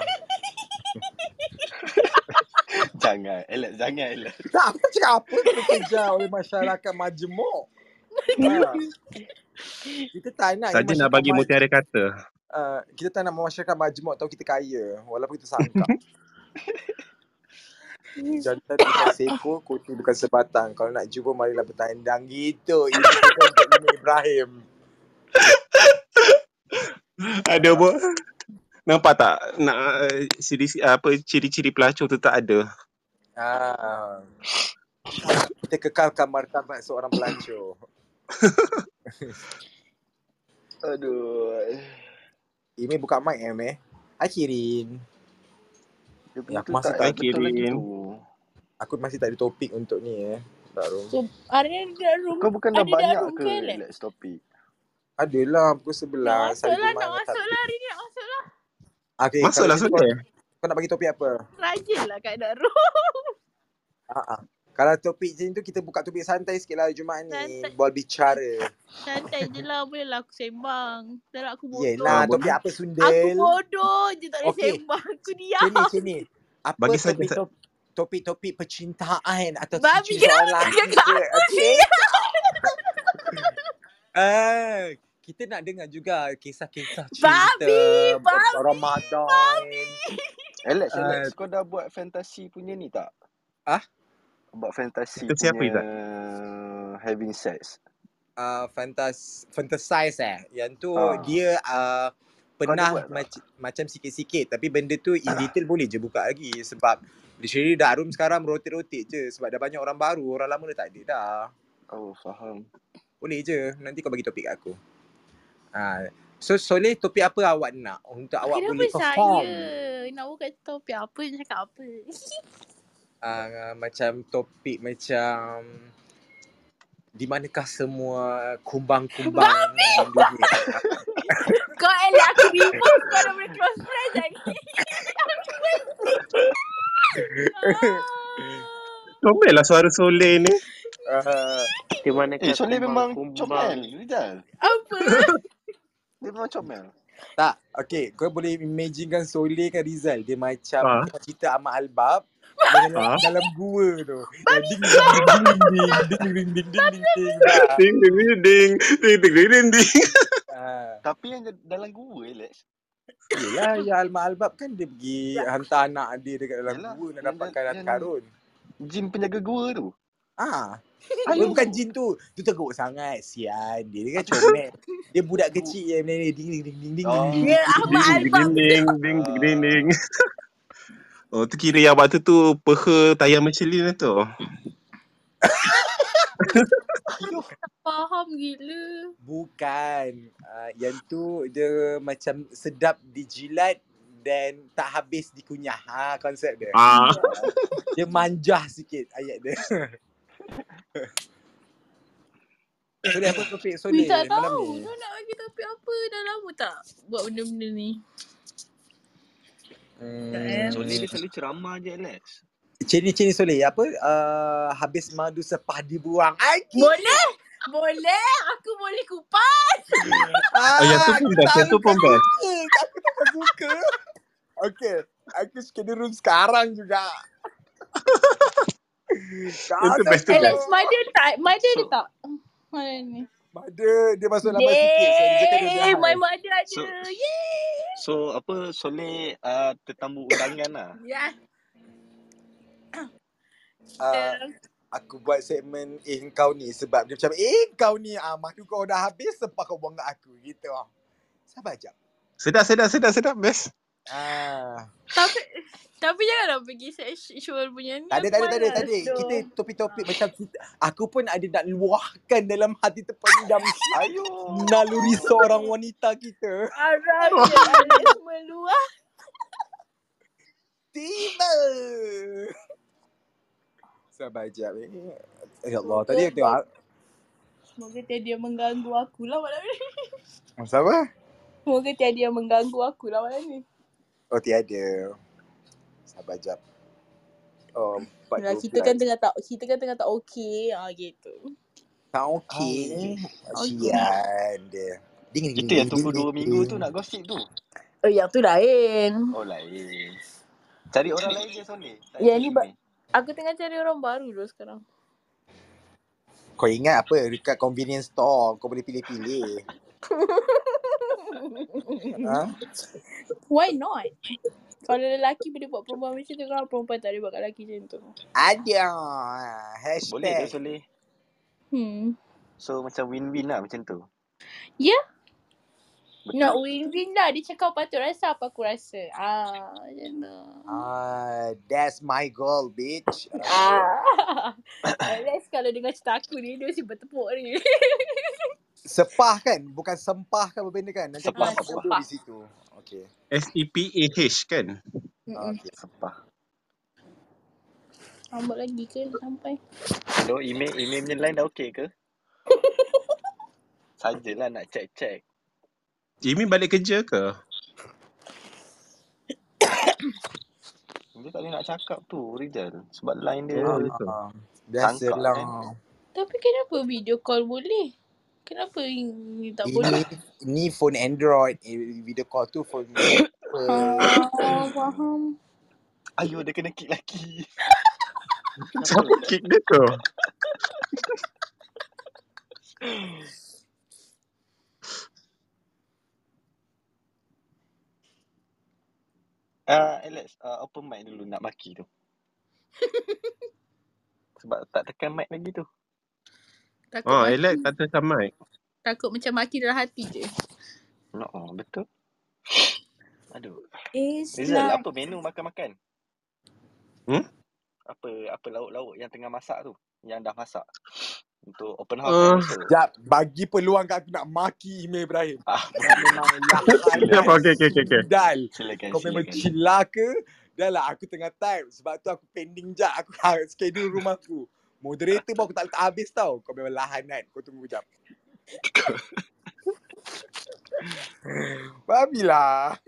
Jangan, Alex. Jangan, Alex. tak, aku cakap apa kena kejar oleh masyarakat majmuk. Ha. Kita tak nak Saja nak masyarakat bagi ma- mutiara kata. uh, kita tak nak masyarakat majmuk tahu kita kaya walaupun kita sangka. Jantan bukan seekor, kutu bukan sebatang. Kalau nak jumpa, marilah bertandang. Gitu. Ini kita untuk Umi Ibrahim. Ada apa? Nampak tak? Nak uh, ciri, apa ciri-ciri pelacur tu tak ada. Ah. Kita kekalkan martabat seorang pelacur. Aduh. Imi buka mic eh, Imi. Akhirin. Dia punya Aku tu masih tak, tak betul lagi kirim. tu. Aku masih tak ada topik untuk ni eh. Baru. So, hari ni dia room. Kau bukan dah Ada dah banyak room ke ke, Alex? Alex topik? Adalah pukul 11. Nak masuk Saya demam lah, nak dengan masuk topik. lah hari ni nak masuk lah. Okay, Eh, Masuklah kalau gitu kau, Soleh. kau nak bagi topik apa? Rajin lah kat dalam room. Ha Kalau topik macam tu kita buka topik santai sikit lah hari Jumaat ni. Santai. Bual bicara. Santai je lah, boleh lah aku sembang. Tak nak aku bodoh. Yelah, Ah, topik boleh. apa Aku sundel? bodoh je tak boleh Okey. sembang. Aku diam. Sini, sini. Apa Bagi saja- topik, topik, topik percintaan atau Babi, cucu kenapa seorang lelaki ke? Okay. Ah, kita nak dengar juga kisah-kisah cinta. Babi, babi, Ramadan. Alex, Ah. Alex. Eh, Kau dah buat fantasi punya ni tak? Ah? Buat fantasi Fantasi apa, punya Izzat? having sex. uh, fantas fantasize eh. Yang tu Ah. dia ada uh, pernah buat tak? mac- macam sikit-sikit tapi benda tu in detail boleh je buka lagi sebab literally dah room sekarang rotate-rotate je sebab dah banyak orang baru, orang lama dah tak ada dah. Oh, faham. Boleh je. Nanti kau bagi topik kat aku. Ha. So Soleh topik apa awak nak untuk awak Kenapa boleh perform? saya nak buka topik apa, cakap apa. Uh, macam topik macam di manakah semua kumbang-kumbang di dunia? Kau elak aku remove kau daripada close friend lagi. Comellah lah suara Soleh ni. Uh, Di mana Eh, Soleh memang comel. Rizal. Apa? Dia memang comel. tak, okay. Kau boleh imaginekan Soleh kan Rizal. Dia macam, Ah. dia macam cerita Ahmad Albab. dalam, Ha? dalam gua tu. Yang ding ding ding ding ding ding ding ding ding ding Ya. dah. Ding ding ding ding ding ding ding ding ding. Ah. Tapi yang dalam gua eh, Lex. Yelah, ya Al-Ma'albab kan dia pergi hantar anak dia dekat dalam Yelah, gua nak yang- dapatkan harta yang- karun. Jin penjaga gua tu. Ah, Ayo. Dia bukan jin tu. Tu teruk sangat. Sian. Dia, dia kan comel. Dia budak kecil yang benda ni. Ding, ding, ding, ding, ding, Oh. ding, Ya, ding. Ahmad Albab. ding ding ding ding ding. Oh tu kira yang waktu tu peha tayang Michelin lah tu. Ayuh. Faham gila. Bukan. Uh, yang tu dia macam sedap dijilat dan tak habis dikunyah. Ha, konsep dia. Ah. Dia manjah sikit ayat dia. Soleh apa topik Soleh We tak malam ni? tahu. Dia nak bagi topik apa. Dah lama tak buat benda-benda ni. Hmm. Soleh dia selalu ceramah je Alex. Cini-cini Soleh apa? Uh, habis madu sepah dibuang. Ai, Boleh. Boleh. Aku boleh kupas. Ah, Oh, yang tu aku pun best, yang tahu tu pun kau best. suka. Aku tahu kau suka. Okay. Aku suka di room sekarang juga. Kau Itu best, tak itu Eh, best. Lex, tahu. mother tak? Mother dia So- tak? Mana ni? Mada, dia masuk lambat sikit. So, dia cakap dia Yeay, dah my high. mother ada. So- Yeay. So apa Soleh uh, tetamu undangan lah. Ya. Ah, aku buat segmen eh kau ni sebab dia macam eh kau ni ah madu kau dah habis sebab kau buang kat aku gitu. Sabar jap. Sedap sedap sedap sedap best. Ah, Tapi tapi janganlah pergi sexual punya ni. tak ada, tak ada, tak ada, tak ada. Kita topik-topik macam kita, aku pun ada nak luahkan dalam hati terpendam Ayuh. naluri seorang wanita kita. Arab je Alex meluah. Tiba. Sabar jap. Eh. Ya Allah, tadi aku tengok. Semoga tiada mengganggu aku lah malam ni. Siapa? Semoga tiada mengganggu aku lah malam ni. Oh, tiada. Sabar jap. Oh, empat Yalah, dua kita kan tengah tak kita kan tengah tak okey. Ah gitu. Tak okey. Okey. Sian dia. Ding, Itu ding, ding, yang tunggu ding, dua ding, minggu tu ding. nak gosip tu. Oh, yang tu lain. Oh lain. Cari orang lain je Soleh. Tak Yang cari ni Mei. Aku tengah cari orang baru dulu sekarang. Kau ingat apa dekat convenience store kau boleh pilih-pilih. ha? Why not? Kalau lelaki boleh buat perempuan macam tu, kalau perempuan tak boleh buat kat lelaki macam tu. Ada. Boleh ke Hashtag. Soleh? Hmm. So macam win-win lah macam tu. Ya. Nak Betul. win-win lah. Dia cakap patut rasa apa aku rasa. Ah, macam tu. Ah, that's my goal, bitch. Ah. Ah. Alex kalau dengar cerita aku ni, dia mesti bertepuk ni. Sepah kan? Bukan sempah kan berbeza kan? Nanti aku Sepah. nampak bodoh Sepah. di situ. Okay. S E P A H kan. Ah, Mm-mm. okay. Sepah. Ambak lagi ke sampai? Hello, email email punya line dah okey ke? Sajalah nak check-check. Jimmy balik kerja ke? Dia tak boleh nak cakap tu Rizal. Sebab line dia Oh, Ah, betul. ah. Sangka, kan? Biasalah. Tapi kenapa video call boleh? Kenapa ini tak boleh? Ini ni phone Android. Eh, Video call tu phone apa? Ah, faham. Ayuh dia kena kick lagi. Siapa kick dia tu? Ah, Alex, ah, open mic dulu nak maki tu. Sebab tak tekan mic lagi tu. Takut Oh, maki. Alex kata sama mic. Takut macam maki dalam hati je. No, oh, betul. Aduh. It's Rizal, like apa menu makan-makan? Hmm? Apa apa lauk-lauk yang tengah masak tu? Yang dah masak. Untuk open house kan Ah. Uh, esok. Jap, bagi peluang kat aku nak maki Imeh Ibrahim. Ah, Kau memang lahai dan siapa? silakan. Okey, okey, okey. okey. sindal. Silakan, Kau memang silakan. cilaka. Dah lah, aku tengah time. Sebab tu aku pending jap. Aku harus schedule rumah aku. Moderator pun aku tak letak habis tau. Kau memang lahanan. Kau tunggu jap. Babilah. lah.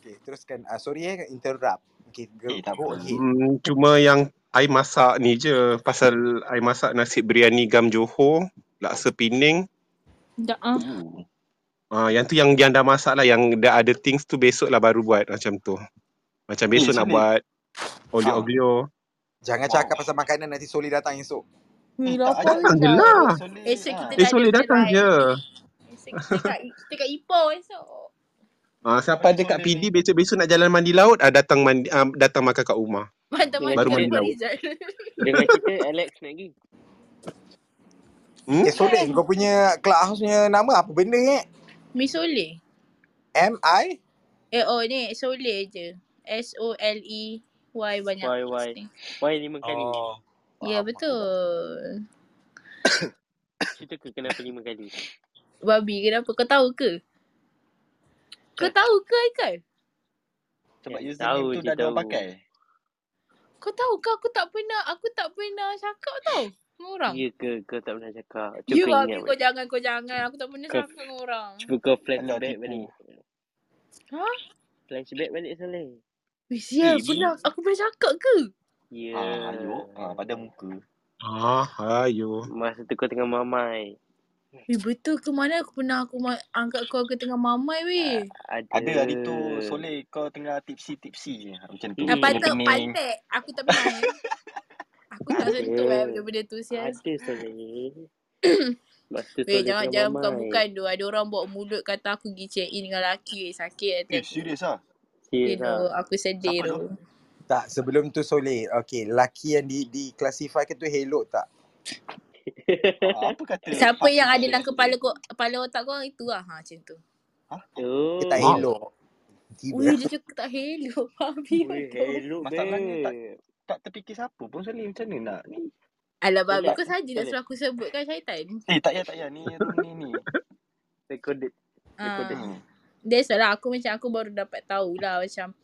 Okay, teruskan. Uh, sorry eh, interrupt. Okay, go, Eh, tak go apa. ahead. Hmm, cuma yang I masak ni je pasal I masak nasi biryani gam Johor, laksa Pening. dah ah. Uh, Ah, yang tu yang yang dah masak lah, yang dah ada things tu besok lah baru buat macam tu. Eh, Macam besok nak Soleh. buat. Olio Ah. Oglio. Jangan Wow. cakap pasal makanan nanti Soli datang esok. Eh, We ajak lapar je lah. lah. Soleh, Esok kita ah. Eh, Soleh ada datang kedai. je. Esok kita kat, kita kat Ipoh esok. Ah, siapa ada kat PD besok-besok nak jalan mandi laut, ah, datang mandi ah, datang makan kat rumah. Mantap Baru mantap mandi Abang lauk. Rizal. Dengan cerita Alex nak pergi. Hmm? Eh Soleh, kau punya clubhouse punya nama apa benda eh? Mi Soleh. MI? Eh oh ni Soleh je. S O L E Y banyak. Why, why? Why lima kali? Oh. Ya Faham, betul. Cerita ke kenapa lima kali? Babi kenapa kau tahu ke? Kau tahu ke Aikal? Sebab Eh, username tahu tu je dah ada orang tahu. pakai. Kau tahu ke aku tak pernah aku tak pernah cakap tau dengan orang. Ya ke kau tak pernah cakap? Ya Cuba babi ingat kau balik. jangan kau jangan aku tak pernah Kau- cakap dengan orang. Cuba kau Alah, flashback tipu. balik. Ha? Flashback balik Soleh. Weh sial Eh, pernah aku pernah cakap ke? Ya. Ah, ayuk. Ah, pada muka. Ah, ayo. Masa tu kau tengah mamai. Weh betul ke mana aku pernah aku ma- angkat kau ke tengah mamai weh. Ada. Ada hari tu Soleh kau tengah tipsy-tipsy je. Macam tu. Ah, Hmm. patut Pening-pening. pandai. Aku tak pernah eh. Aku tak Ada. sentuh eh benda-benda tu sial. Ada Soleh. Masa Weh, tu Soleh Eh, jangan tengah jangan mamai. bukan-bukan tu. Ada orang bawa mulut kata aku pergi check in dengan lelaki. Eh, sakit hati Eh, aku. serius ah? You Serius know, ah. lah. aku sedih Siapa tu. tu? Tak, sebelum tu Soleh. Okay, laki yang di diklasifikan tu helok tak? Ah, apa kata Siapa yang Hafiz ada dalam Soleh? kepala kau, kepala otak kau itu lah. Ha, macam tu. Dia tak Wow. Oh. elok. Tiba. Ui, dia cakap tak hello. Babi eh. Weh, betul. hello Masalahnya tak babe. tak terfikir siapa pun Soleh macam ni nak ni. Alah, babi Soleh, kau saja nak Soleh. suruh aku sebutkan syaitan. Eh, tak payah, tak payah. Ni room ni ni. Recorded. Recorded. Hmm. Ah, that's why lah. Aku macam aku baru dapat tahu lah. Macam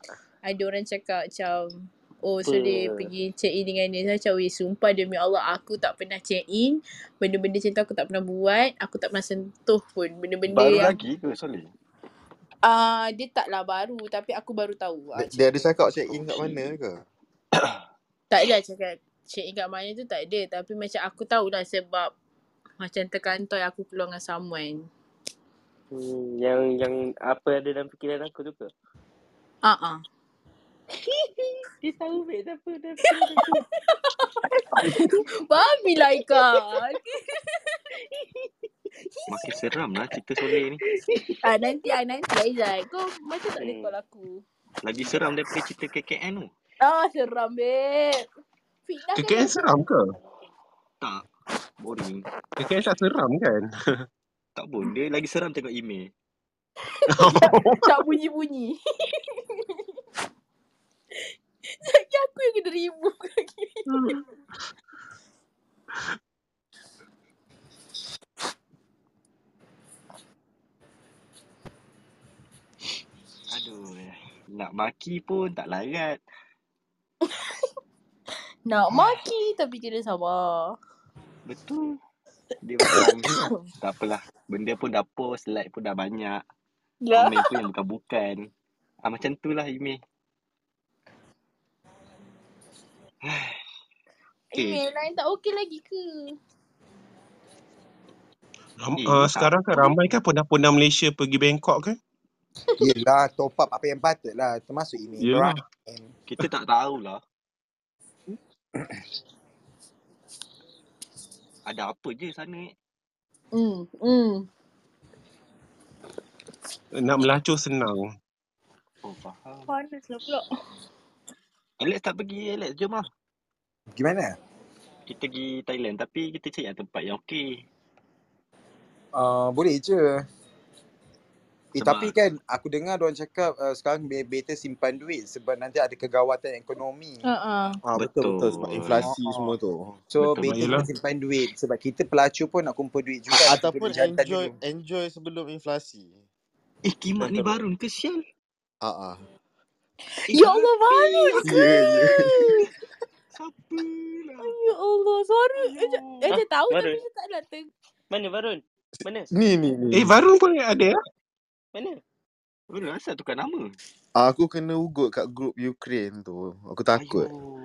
ada orang cakap macam Oh so Apa? dia pergi check in dengan dia Saya macam weh sumpah demi Allah aku tak pernah check in Benda-benda macam tu aku tak pernah buat Aku tak pernah sentuh pun Benda-benda Baru yang lagi ke Soleh? ah uh, Dia taklah baru tapi aku baru tahu Dia, dia ah, macam ada tu cakap check in kat Okey. mana ke? Tak ada cakap check in kat mana tu tak ada Tapi macam aku tahulah sebab Macam terkantoi aku keluar dengan someone Hmm, yang yang apa ada dalam fikiran aku tu ke? Ah ah. Dia tahu babe siapa dalam fikiran aku. Babi lah Ika Makin seram lah cerita Soleh ni. ah, Nanti ah, nanti Aizat Kau macam tak boleh Hmm. call aku Lagi seram daripada cerita KKN tu. Ah seram babe Fitnah kan KKN seram ke? Tak. Boring. KKN tak seram kan? Tak pun. Dia lagi seram tengok email. tak, kan tak bunyi-bunyi. Lagi aku yang kena remove lagi. Aduh. Nak maki pun tak larat. Nak maki tapi kena sabar. Betul. Dia macam tak apalah. Benda pun dah post. Like pun dah banyak. Ya. Komen pun yang bukan-bukan. Ah, macam tu lah email. Eh, Email lain tak okey lagi ke? Ram, eh uh, tak sekarang apa. kan ramai kan ponda-ponda Malaysia pergi Bangkok kan? Yelah, top up apa yang patut lah. Termasuk email Yelah. korang. Kita tak tahulah ada apa je sana eh. Hmm, hmm. Nak melacur senang. Oh, faham. Panas lah pula. Alex tak pergi, Alex. Jom lah. Gimana? Kita pergi Thailand tapi kita cari yang tempat yang okey. Uh, boleh je. Eh, Sebab tapi kan aku dengar orang cakap uh, sekarang be- better simpan duit sebab nanti ada kegawatan ekonomi. Ah, Ha ah. Ah betul betul sebab betul. inflasi Oh, semua tu. So Sebab Betul better betul. kita yelah. simpan duit sebab kita pelacur pun nak kumpul duit juga A- kita kena Ah, ataupun jantan enjoy dulu. enjoy sebelum inflasi. Eh, Kimak Macam ni teruk. Barun ke Sial? Ah ah. Eh, Ya Allah, Hafiz. Barun ke? Ya ya. Siapa lah? Ya Allah, sorry. Eh, Ayo. ja- eh Hah? dia tahu tapi Varun? dia tak nak ter... Mana Varun? Mana? Ni ni ni. Eh, ni. Varun pun ada lah. Mana? Belum asal tukar nama. Aku kena ugut kat grup Ukraine tu. Aku takut. Ayo.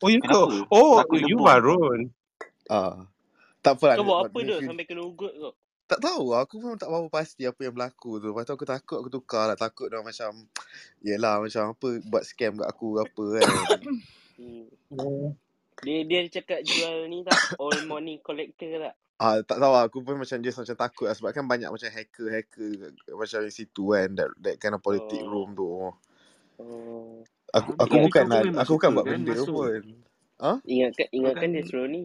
Oh, you ke? Kenapa? Oh, Takut you debom. Varun. Ah. Tak apalah Kau buat apa dia, tu dia, sampai kena ugut kau? Tak tahu Aku pun tak tahu pasti Apa yang berlaku tu Lepas tu aku takut Aku tukar lah Takut dia orang macam Yelah macam apa Buat scam kat aku ke Apa kan Hmm. Dia dia cakap jual ni tak all money collector tak? ah, Tak tahu lah, Aku pun macam Just macam takut lah Sebab kan banyak macam Hacker-hacker Macam di situ kan That, that kind of politic Oh. room tu Oh. Aku Ah, aku dia- bukan kau- kau nak memang Aku bukan suka buat kan benda masuk. pun Ingatkan ingatkan Bukan. dia suruh ni.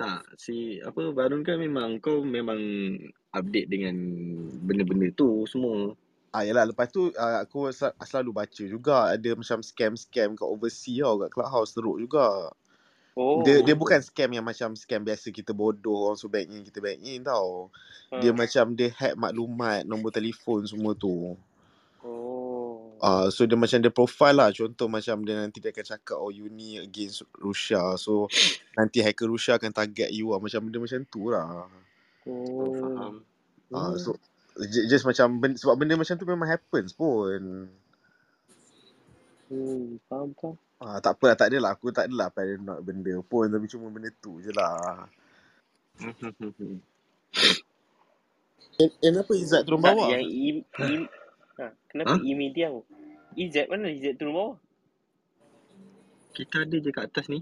Tak, si apa Barun kan memang kau memang update dengan benda-benda tu semua. Ah yalah lepas tu ah, aku sel- selalu baca juga ada macam scam-scam kat overseas tau kat clubhouse teruk juga. Oh. Dia dia bukan scam yang macam scam biasa kita bodoh orang suruh bank in kita bank in tau. ha. Dia macam dia hack maklumat, nombor telefon semua tu. Oh. Ah so dia macam dia profile lah contoh macam dia nanti dia akan cakap oh you ni against Russia. So nanti hacker Russia akan target you lah macam benda macam tu lah. Oh. Oh. Faham. Ah Hmm. so ju- just macam ben- sebab benda macam tu memang happens pun. Hmm, faham faham. Ah, tak apa lah, tak adalah. Aku tak adalah paranoid benda pun. Tapi cuma benda tu je lah. And, and apa Izzat turun Tak, bawah? yang I, I, ha, kenapa Ha? ha? I media tu? Izzat mana Izzat turun bawah? Kita ada je kat atas ni.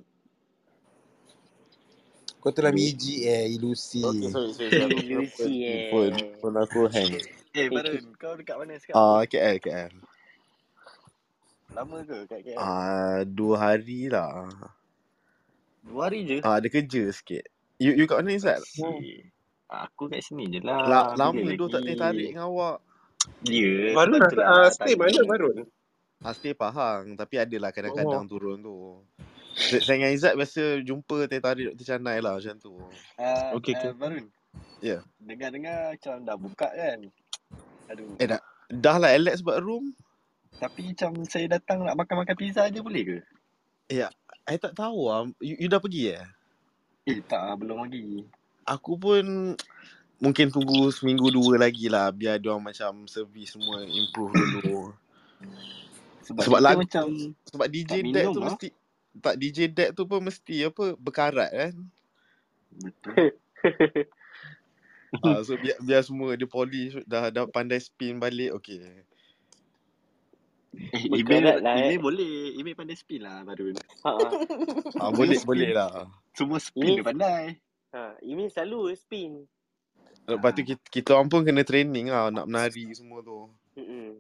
Kau telah Dia- biji eh Ilusi Okay, sorry, sorry. sorry. Aku Ilusi, terlupa eh. Phone, phone aku hang. Eh, Barun, kau dekat mana sekarang? Ah, KL, KL. Lama ke kat Ya. KL? Ah, dua hari lah. Dua hari je? Ah, ada kerja sikit. You, you kat mana Izzat? Si. Aku kat sini je Ah, lah. Bila La, lama tu tak tertarik dengan awak. Ya, Baru sebab rasa tu lah ah, uh, stay tadi. mana baru? Ah, stay Pahang. Tapi adalah kadang-kadang Oh. turun tu. Saya saya dengan Izzat biasa jumpa tertarik Dr. Chanai lah macam tu. Uh, Okey, okay, okey. uh, Barun. Ya. Dengar-dengar macam dah buka kan? Aduh. Eh, dah, dah lah Alex buat room. Tapi macam saya datang nak makan-makan pizza je boleh ke? I tak tahu lah. You, you dah pergi eh? Eh, tak lah, belum lagi. Aku pun mungkin tunggu seminggu dua lagi lah biar dia orang macam servis semua improve dulu. Sebab, Sebab kita lagu- macam Sebab DJ Tak Dad minum tu ah. mesti tak DJ Dad tu pun mesti apa berkarat kan. Betul. Ah so biar, biar semua dia polish dah dah pandai spin balik okey. Eh, email, Berkarat lah, eh. email boleh. Email pandai spin lah, Barun. Ha, ha. Ah Semua boleh spin. boleh lah. Semua Ini- spin dia pandai. ha. Ini selalu spin. Lepas tu kita, kita orang pun kena training lah nak menari semua tu. Hmm.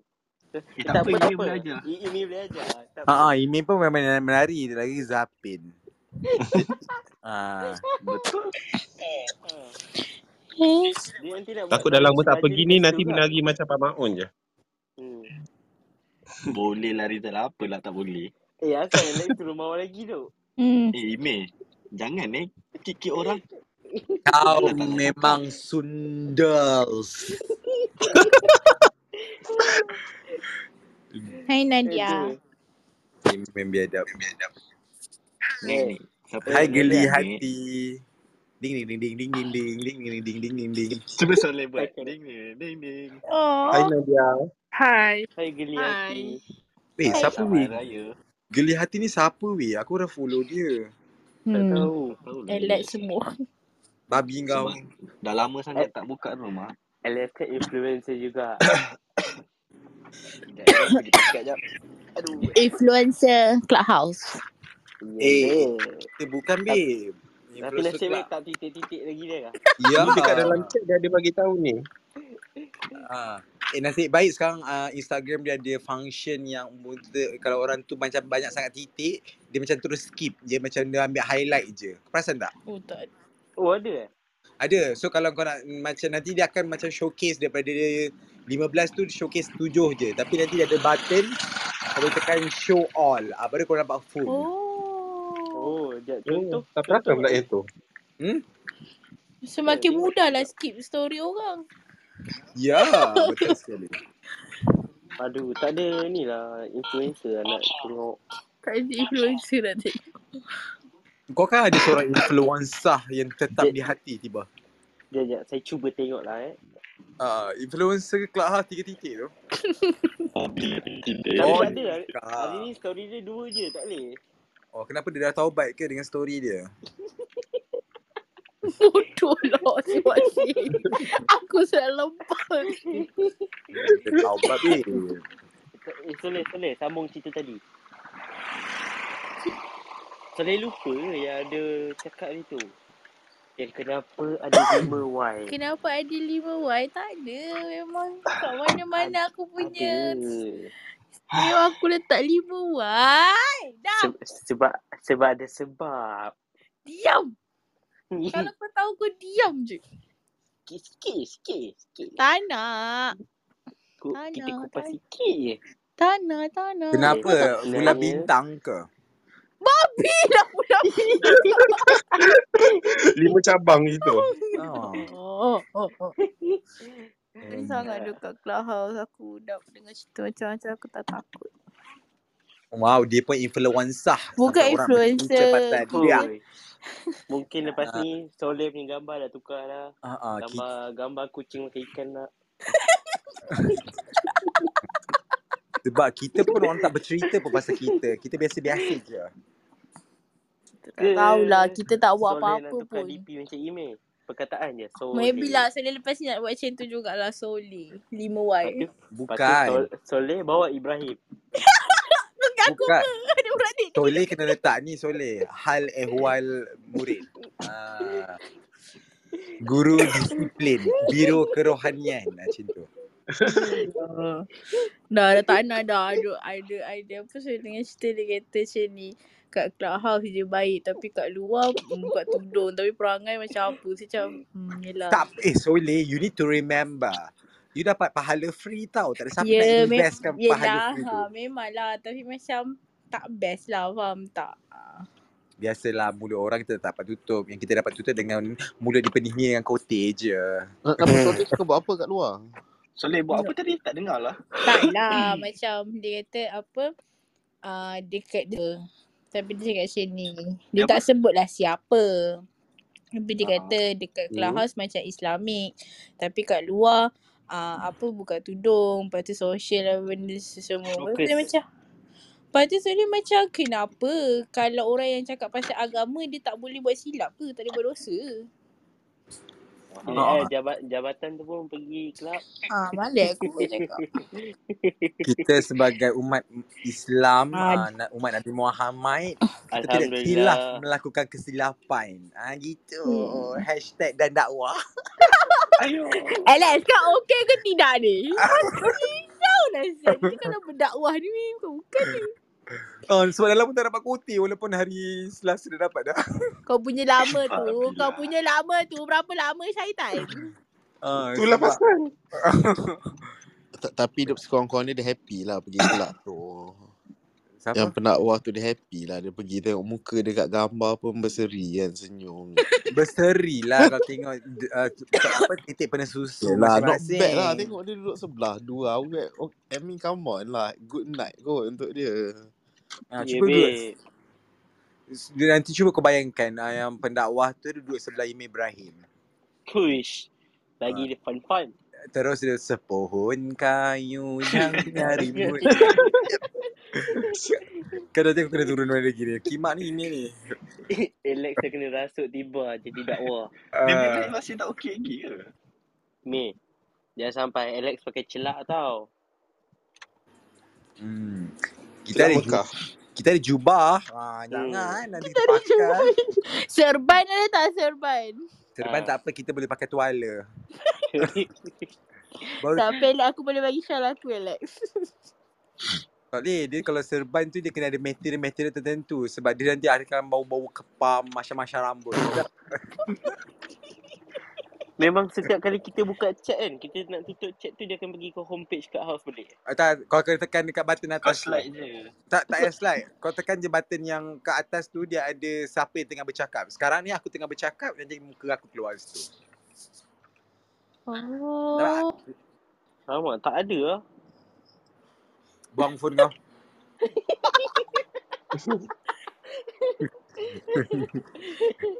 Eh, Tak, tak apa, tak email apa. boleh ajar. I, ini boleh ajar. Tak Ah, ah, apa. ini pun memang menari dia lagi Zapin. ah, Betul. Ha. Dia nanti nak buat Takut dah lama tak baju pergi ni macam nanti tu lah. menari macam Pak Maun je. Hmm. Boleh lah Rizal. Apalah tak boleh. Eh, asal yang lain turun bawah lagi tu? Hmm. Eh, email. Jangan eh. Kiki orang. kau Jangan tak nak cakap. memang sundals. Hai Nadia. Aduh. Ini memang biadab. Nek, Eh, nek. Siapa eh, Hai yang geli nek? Nadia. hati. Ding ding ding ding ding ding ding ding ding ding ding ding ding. Cuba soleh buat. Okay. Ding, ding, ding, ding. Hai Oh. Nadia. Hai. Hai geli Hai. hati. Eh, Hai, siapa selamat weh? hari raya. Geli hati ni siapa weh? Aku dah follow dia. Tak Hmm. tahu. Tahu lah Elak Alex. semua. Babi kau. Sebab dah lama sangat tak buka rumah. Alias kan influencer juga. Sekejap, jap. Pergi tekak jap. Aduh. Influencer Clubhouse. Ya, Eh, babe. dia bukan babe. Tapi Influencer nasib baik club. tak titik-titik lagi dia lah. lah. Ya. Ni dekat dalam chat dia ada bagi tahu ni. Ah. Eh nasib baik sekarang ah, Instagram dia ada function yang untuk kalau orang tu macam banyak sangat titik, dia macam terus skip. Dia macam dia ambil highlight je. Kau perasan tak? Oh tak. Oh ada eh? Ada. So kalau kau nak mm, macam nanti dia akan macam showcase daripada dia 15 tu dia showcase 7 je. Tapi nanti dia ada button kau boleh tekan show all. Ah, baru kau nampak full. Oh. Oh, jap Oh, contoh. tapi apa contoh. pula eh, yang tu? Hmm? Semakin Tengok, mudah lah tengok. skip story orang. Ya, betul sekali. Aduh, tak ada ni lah influencer lah nak tengok. Tak ada influencer nanti. Kau kan ada seorang influencer yang tetap di hati tiba. Jap, jap. Saya cuba tengok lah eh. Ah, influencer kelak ha tiga titik tu. Tapi Oh, tak ada lah. nikah. Hari ni story dia dua je. Tak boleh. Oh, kenapa dia dah taubat ke dengan story dia? Bodoh lah Sebab si Aku sudah lepas ni. Taubat ni. Eh, Soleh, Soleh, sambung cerita tadi. Soleh lupa ke yang ada cakap ni tu. Yang kenapa ada lima Y. Kenapa ada lima Y? Tak ada Memang kat mana-mana aku punya Ada. Memang aku letak lima Y Dah Se- sebab sebab ada sebab. diam Kalau kau tahu kau diam je sikit, sikit, sikit, sikit. Tak nak Ku, tak kita nak, kupas tak- sikit je. Tak nak, tak nak Kau tak- Kenapa? Sebenarnya- Bulan bintang ke? Pilah pula Lima cabang gitu. Oh. Oh, eh. oh, oh. Sedih Hmm. sangat duduk kat clubhouse Aku dah dengar cerita macam-macam Aku tak takut Wow, dia pun influencer. Bukan Sampai orang bercerita influencer. pasal dia. Oi. Mungkin lepas ni Soleh punya gambar dah tukar dah. Ah, ah, ki- Gambar gambar kucing makan ikan dah. sebab kita pun orang tak bercerita pun pasal kita. Kita biasa-biasa je. Kita tak tahulah Kita tak buat Soleh nak apa-apa tukar pun DP macam email. Perkataan je. Soleh. Maybe lah Soleh lepas ni nak buat macam tu jugalah Soleh 5Y eh. Lepas tu, lepas tu Bukan. Sol- Soleh bawa Ibrahim. Mengaku Bukan. ada beradik ni Soleh kena letak ni Soleh. Hal ehwal murid. Ah. Guru disiplin. Biro kerohanian. Ha, Macam tu. dah. dah dah tak nak dah ada ada ada apa Soleh dengan cerita dia kata macam ni kat clubhouse dia baik tapi kat luar mm, buka tudung tapi perangai macam apa saya macam hmm yelah Tak, eh Soleh, you need to remember. You dapat pahala free tau. Tak ada siapa nak Ya, me- investkan pahala yelah, free ha, tu. memanglah. Tapi macam tak best lah, faham tak? Ah. Biasalah mulut orang kita tak dapat tutup. Yang kita dapat tutup dengan mulut dipenuhi dengan kote je. Nak- Kenapa Soleh kau buat apa kat luar? Soleh buat apa tadi? Tak dengar lah. Taklah, macam dia kata apa, uh, dekat dia. Tapi dia cakap macam ni. Dia Dia tak sebutlah siapa. Tapi dia Ah. kata dekat Hmm. clubhouse macam Islamik. Tapi kat luar, uh, apa buka tudung. Lepas tu social lah benda semua. Lepas tu dia Lucas. macam, Lepas tu Soleh macam kenapa kalau orang yang cakap pasal agama dia tak boleh buat silap ke? Tak boleh buat dosa ke? Dia eh, Ah, jabat, jabatan tu pun pergi kelab. Ah, balik aku pun cakap. kita sebagai umat Islam, ah, Ah, na- umat Nabi Muhammad, kita tidak Alhamdulillah. hilaf melakukan kesilapan. Ah, gitu. hmm. Hashtag dan dakwah. Ayo. Alex, kau okey ke tidak ni? Kau lah Zan. Kita kalau berdakwah ni bukan-bukan ni. Oh, sebab dalam pun tak dapat kote walaupun hari Selasa dah dapat dah. Kau punya lama tu. Kau Babilah. punya lama tu. Berapa lama syaitan? Ah, Itulah sebab pasal. Ta- Tapi dia- kawan-kawan dia, dia happy lah pergi kelab tu. siapa? Yang pendakwah tu dia happy lah. Dia pergi tengok muka dekat gambar pun berseri kan. Senyum. Berseri lah kalau tengok d- uh, apa titik pena susu Yelah, not bad lah. masing-masing. Tengok dia duduk sebelah dua. Awet. Oh, I mean, come on lah. Good night kot untuk dia. Ha, Ah, Ya, yeah, cuba duduk babe. dia nanti cuba kau bayangkan uh, yang pendakwah tu dia duduk sebelah Imam Ibrahim. Kush. Uh, Lagi dia fun-fun. terus dia sepohon kayu yang nyari mut. Kau dah tengok kena turun lagi ni. Kimak ni Imam ni. Alex dah kena rasuk tiba jadi dakwah. Dia bilang Uh, masih tak okey lagi ke? Meh. Jangan sampai Alex pakai celak tau. hmm. Kita Celak ada ju- Mekah. kita ada jubah. Ha, Hmm. jangan nanti Dari dipakai. Serban ada tak serban? Serban Ha. tak apa kita boleh pakai tuala. Baru Tak apa Alex. Aku boleh bagi shawl aku Alex. Tak boleh. Dia kalau serban tu dia kena ada material-material tertentu sebab dia nanti akan bau-bau kepam macam-macam rambut. Dah. Memang setiap kali kita buka chat kan, kita nak tutup chat tu dia akan pergi ke homepage kat house boleh. Ah, Tak, kau kena tekan dekat button Kau atas tu. slide je. Tak, tak payah slide. Kau tekan je button yang ke atas tu dia ada siapa yang tengah bercakap. Sekarang ni aku tengah bercakap nanti muka aku keluar situ. Nampak? Oh. Lama tak ada lah. Buang phone kau.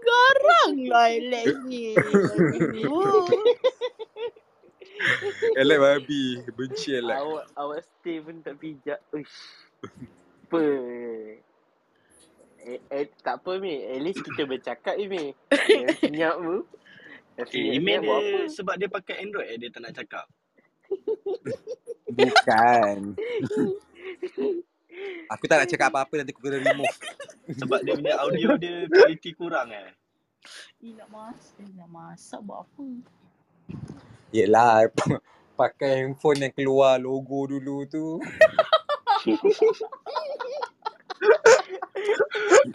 Garang lah Alex ni. Aduh. Elak babi. Benci elak. Awak awak stay pun tak bijak. Uish. Apa? eh, eh, tak apa Mi. At least kita bercakap ni Mi. Yang senyap tu. Yang Eh, senyap-senyap email dia buat apa? sebab dia pakai Android eh, dia tak nak cakap. Bukan. Aku tak nak cakap apa-apa nanti aku kena remove. Sebab dia punya audio dia kualiti kurang eh. Eh, nak masak. Eh, nak masak buat apa? Yelah, pakai handphone yang keluar logo dulu tu. Hey,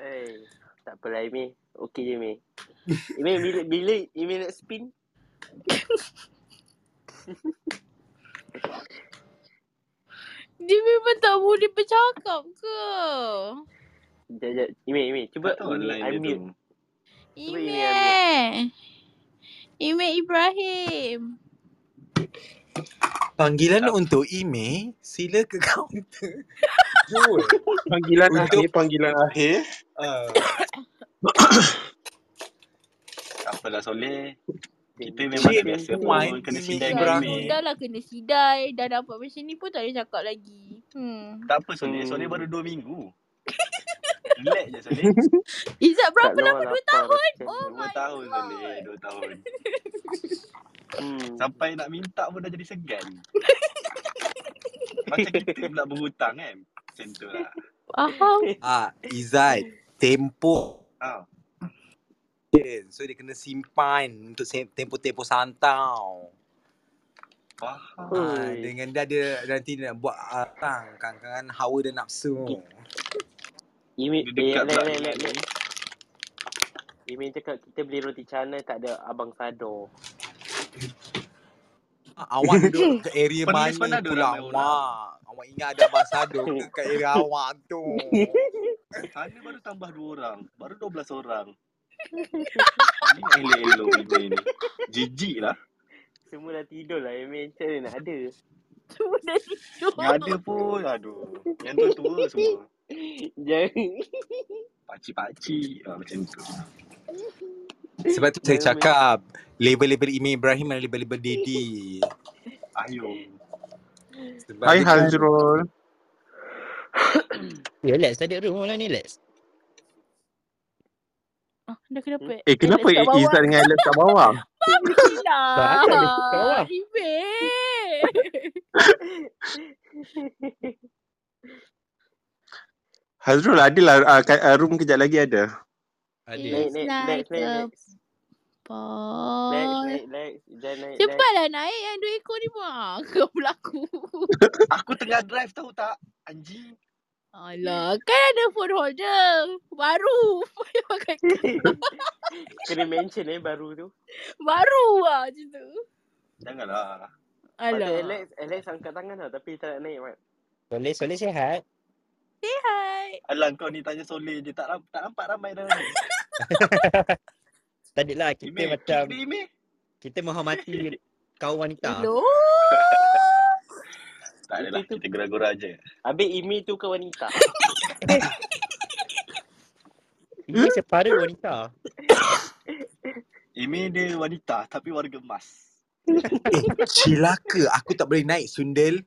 Eh, tak apalah Imi. Okey je Mi. Imi bila bila Imi nak spin? Dia memang tak boleh bercakap ke? Jap jap. Imi Imi cuba Tak tahu Imi online dia unmute. tu. Cuba email, Ime. Ime Ibrahim. Panggilan untuk email, sila ke kaunter. Jul. Panggilan Untuk- akhir, panggilan akhir. Uh, Tak apalah Soleh. Kita Ding, memang dah Cik, biasa Wan, pun kena email sidai Dah, kat Ibrahim. email. dah lah kena sidai. Dah dapat macam ni pun tak boleh cakap lagi. Hmm. Tak apa Soleh, Soleh Hmm. baru 2 minggu. Relax je Soleh. Izzat Kat berapa luar lama? Dua lapar tahun? dah pecah. Oh 2 my tahun Soleh, god. 2 tahun. Hmm. Sampai nak minta pun dah jadi segan. Macam kita pula berhutang kan. Macam tu lah. Faham? Ah, Izzat, tempoh. Ah, So dia kena simpan untuk se- tempoh-tempoh santau. faham. Ah, Oi. dengan dia ada nanti dia nak buat atang kangen hawa dan nafsu. Imi Dia eh dekat lek pula lek dengan lek ni. lek. Imi cakap kita beli roti canai tak ada abang Sado. Ah, Awak duduk kat area Perlis pun mana ada pula ramai orang. awak? Awak ingat ada abang Sado ke kat area awak tu? Sana baru tambah dua orang. Baru 12 orang. Ni nak elok-elok email ni. Jijik lah. Semua dah tidur lah Imi. Macam mana nak ada? Semua dah tidur. Yang ada pun, aduh. Yang tua-tua semua. Jangan Pakcik-pakcik. Ah, macam tu. Sebab tu saya jangan main. cakap, label-label Imam Ibrahim dan label-label Didi. Ayo. Sebab Hai dia Hazrul. Ya, Lex ada room malam ni, Lex. Ah, dah kenapa? Eh Alex kenapa kat bawah. Izzat dengan Alex kat bawah? Tak ada Lex kat Gila. bawah. Ibe. Hazrul adalah uh, ka- uh, room kejap lagi ada. ada. Naik It's naik next like a naik next. Next ball. next next. Jangan naik next. Cepatlah naik yang dua ekor ni pun. Ah, kau berlaku. Aku tengah drive tahu tak? Anjing. Alah, kan ada phone holder. Baru. Payah pakai Kena mention eh baru tu. Baru lah macam tu. Janganlah. Patut Alah. Alex, Alex angkat tangan tau tapi tak nak naik Mat. Soleh, Soleh sihat. Hai. Alang kau ni tanya Soleh je. Tak, ram- tak nampak ramai dah ni. Tadi lah kita Ime, kick macam, dia Ime. kita menghormati kaum Ya. wanita. Hello. Tak Itu adalah. tu. Kita gurau-gurau je. Habis Imi tu ke wanita? Ini separuh wanita. Ime dia wanita tapi warga emas. Eh, cilaka. Aku tak boleh naik sundel.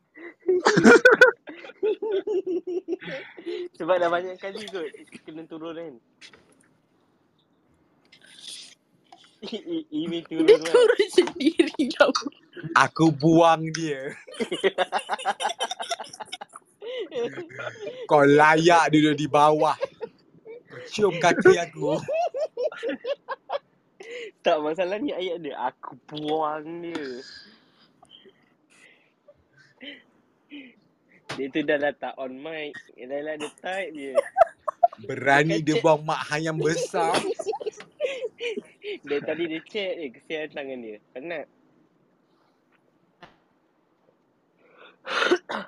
Sebab dah banyak kali kot kena turun kan. I- I- Imi Dia turun kan? Mat. turun sendiri lah. Aku buang dia. Kau layak duduk di bawah. Kau cium kaki aku. tak masalah ni ayat dia. Aku buang dia. Dia tu dah letak on mic. Dah dia type je. Dia Berani kan dia chat. buang mak hang yang besar. Dia tadi dia chat je. Kesian tangan dia. Penat.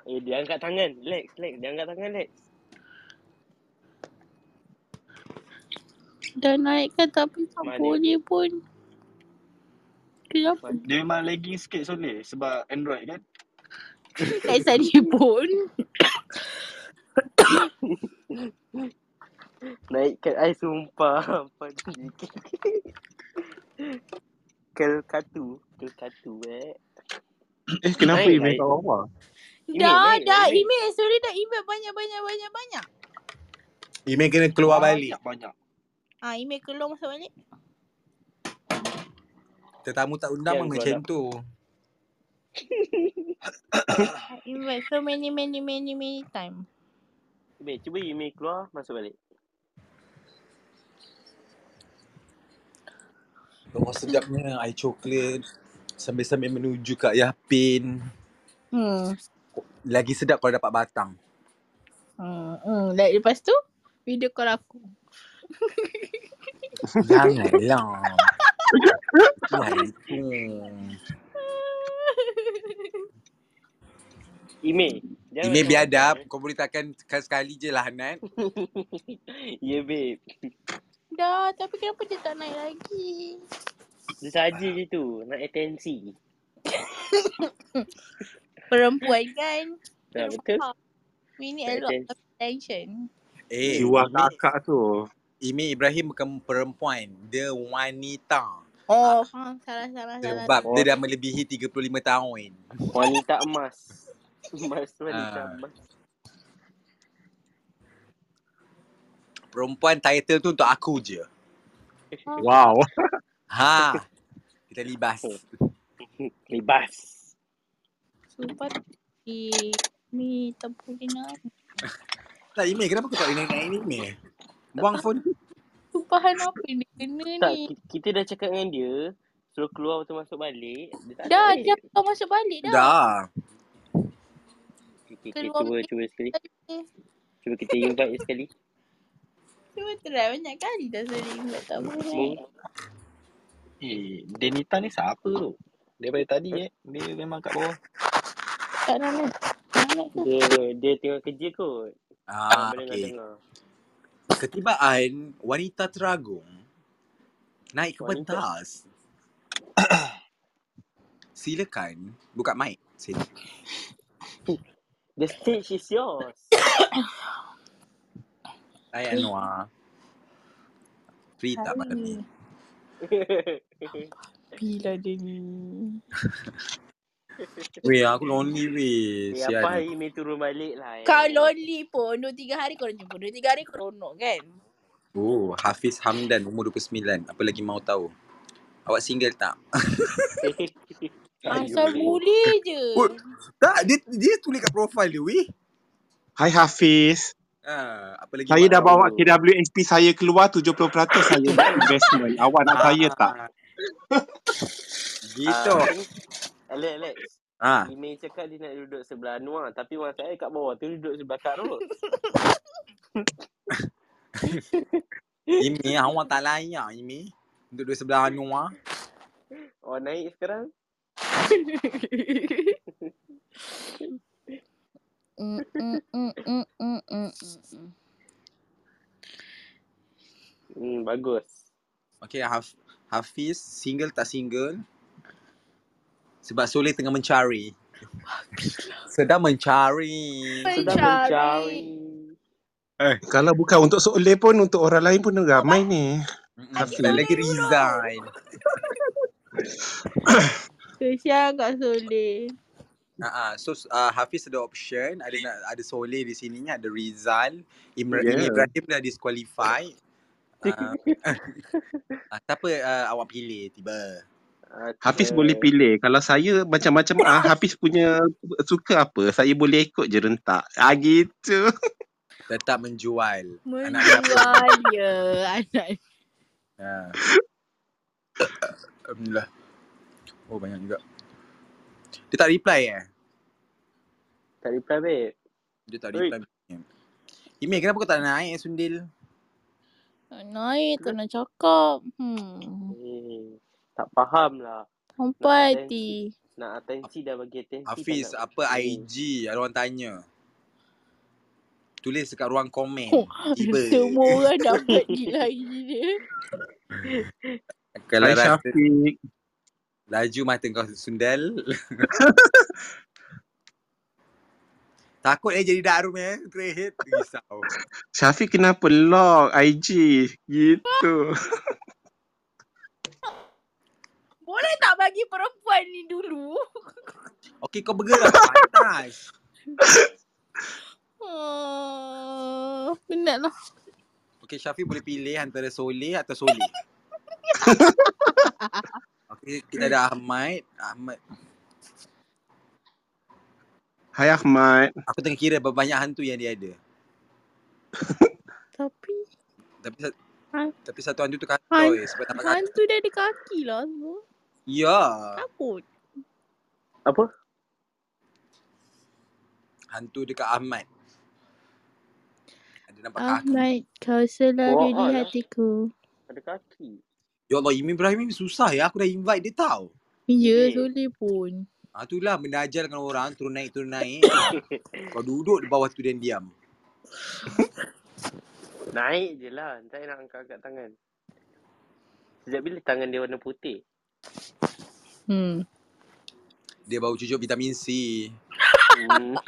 Eh dia angkat tangan. Lex, Lex. Dia angkat tangan Lex. Dah naikkan tapi tak Mak dia. boleh pun. Kenapa? Mak Dia memang lagging sikit Soleh sebab Android kan. Naik tadi pun. Naikkan I sumpah Apa ni Kelkatu Kelkatu eh Eh kenapa Naik Ime naik kat bawah? Dah, Email, dah. email. Email. Sorry dah email banyak, banyak, banyak, banyak. Email kena keluar balik. Banyak. Ah, email keluar masuk balik. Tetamu tak undang Yang pun keluar macam tu. I Ah, Email so many, many, many, many time. Babe, cuba email keluar, masuk balik. Oh sedapnya air coklat. Sambil-sambil menuju kat Yapin. Hmm. Lagi sedap kalau dapat batang. Hmm. hmm. Like, lepas tu, video call aku. Janganlah. Wah itu. Email. Jangan Email keluar biadab. batang, Kau boleh takkan sekali-sekali je lah Hanat. eh. Ya, yeah, babe. Dah, tapi kenapa dia tak naik lagi? Dia saja je tu. Nak atensi. Perempuan kan? Tak betul? Perempuan. We need a lot of attention. Eh, Jiwa Email, kakak tu. Email Ibrahim bukan perempuan. Dia wanita. Oh, faham. Salah, salah, salah. Sebab dia dah melebihi 35 tahun. Wanita emas. Emas wanita Ah. emas. Perempuan title tu untuk aku je. Wow. Ha. Kita libas. Libas. Sumpah di ni tepuk dia nak. Tak email. Kenapa kau tak ingat ingat email? Buang phone. Sumpahan kan apa yang dia kena Tak, ni? ki- kita dah cakap dengan dia. Suruh keluar waktu masuk balik. Dia tak Dah, nak, dia babe. kau masuk balik dah. Dah. Okay, okay, Keluar cuba, balik cuba sekali. tadi. Cuba kita invite dia sekali. Cuba try lah, banyak kali dah sering buat tak boleh. Mung. Eh, Denita ni siapa tu? Daripada tadi eh. Dia memang kat bawah. Tak nak nak. Tak nak lah. tu. Dia, dia tengah kerja kot. Jangan Ah, okay. mendengar-dengar. Ketibaan wanita teragung naik ke Wanita. pentas. Silakan buka mic. Sini. The stage is yours. Hai Anwar. Free tak malam ni? Hai. Bila dia ni? Weh, aku lonely weh. Eh, Sian. apa hari ni turun balik lah. eh. Kau lonely pun. Dua tiga hari korang jumpa. Dua tiga hari korang nak kan? Oh, Hafiz Hamdan umur 29. Apa lagi mau tahu? Awak single tak? Ayuh. Asal boleh je. Oh, tak, dia, dia tulis kat profile dia weh. Hai Hafiz. Ha, apa lagi Saya awak dah tahu? bawa KWSP saya keluar 70% saya buat investment. Awak nak saya tak? Ah, Ah, gitu. apa ni? Alex, Alex. Ah, Email cakap dia nak duduk sebelah Anwar. Tapi masa saya kat bawah tu duduk sebelah Kak Ros. ini awak tak layak ini. Untuk dua sebelah Anwar. Oh, naik sekarang? Mm, mm, mm, mm, mm, mm, mm. Hmm, bagus. Okay, Haf Hafiz single tak single? Sebab Soleh tengah mencari. Sedang mencari. Sedang Mencari. mencari. Ah. Eh, Kalau bukan untuk Soleh pun untuk orang lain pun ramai ni. mm, Adik Sekali Hafiz. Soleh lagi dulu. resign. Kesian Kak Soleh. Uh, so uh, Hafiz ada option, ada nak ada Soleh di sini, ada Rizal, Imra, Imi Ya. Yeah. Ibrahim dah disqualify. Uh, uh, siapa uh, awak pilih tiba? Ah, Hafiz boleh pilih. Kalau saya macam-macam ah Hafiz punya suka apa, saya boleh ikut je rentak. Ah gitu. Tetap menjual anak siapa? Menjual dia anak. Uh, Alhamdulillah. Oh banyak juga. Dia tak reply eh? Tak reply, babe. Dia tak Oi. reply. Imi kenapa kau tak naik Sundil? Nak naik tak nak cakap. Hmm. Eh, tak faham lah. Nak Sampai atensi. hati. Nak atensi dah bagi atensi tak Hafiz nak apa ni. IG? Ada orang tanya. Tulis dekat ruang Oh, komen. Tiba. ya semua orang dapat di lagi dia. Kalau Hai rasa Syafiq. laju mata kau Sundel. Takut eh jadi darum eh. Terhit. Risau. Syafiq kenapa lock IG? Gitu. Boleh tak bagi perempuan ni dulu? Okey kau bergerak ke atas. Ah, penat lah. Okay, Syafiq boleh pilih antara Soleh atau Soleh. okay, kita ada Ahmad. Ahmad, Hai Ahmad. aku tengah kira berapa banyak hantu yang dia ada. Tapi Tapi sa- Han- tapi satu hantu tu kacau eh, sebab nampak kacau. hantu dia ada kaki lah semua. Ya, Takut. Apa? hantu dekat Ahmad. Ada nampak kaki. Ahmad, kau selalu Oh, di ah, lah. hatiku. Ada kaki. Ya Allah, Imin Ibrahim ni susah ya. Aku dah invite dia tau. Ya, Eh. soleh pun. Ha, itulah mendajar dengan orang. Turun naik, turun naik. Kau duduk di bawah tu dan diam. Naik je lah. Saya nak angkat-angkat tangan. Sejak bila tangan dia warna putih? Hmm. Dia baru cucuk vitamin C. Hmm.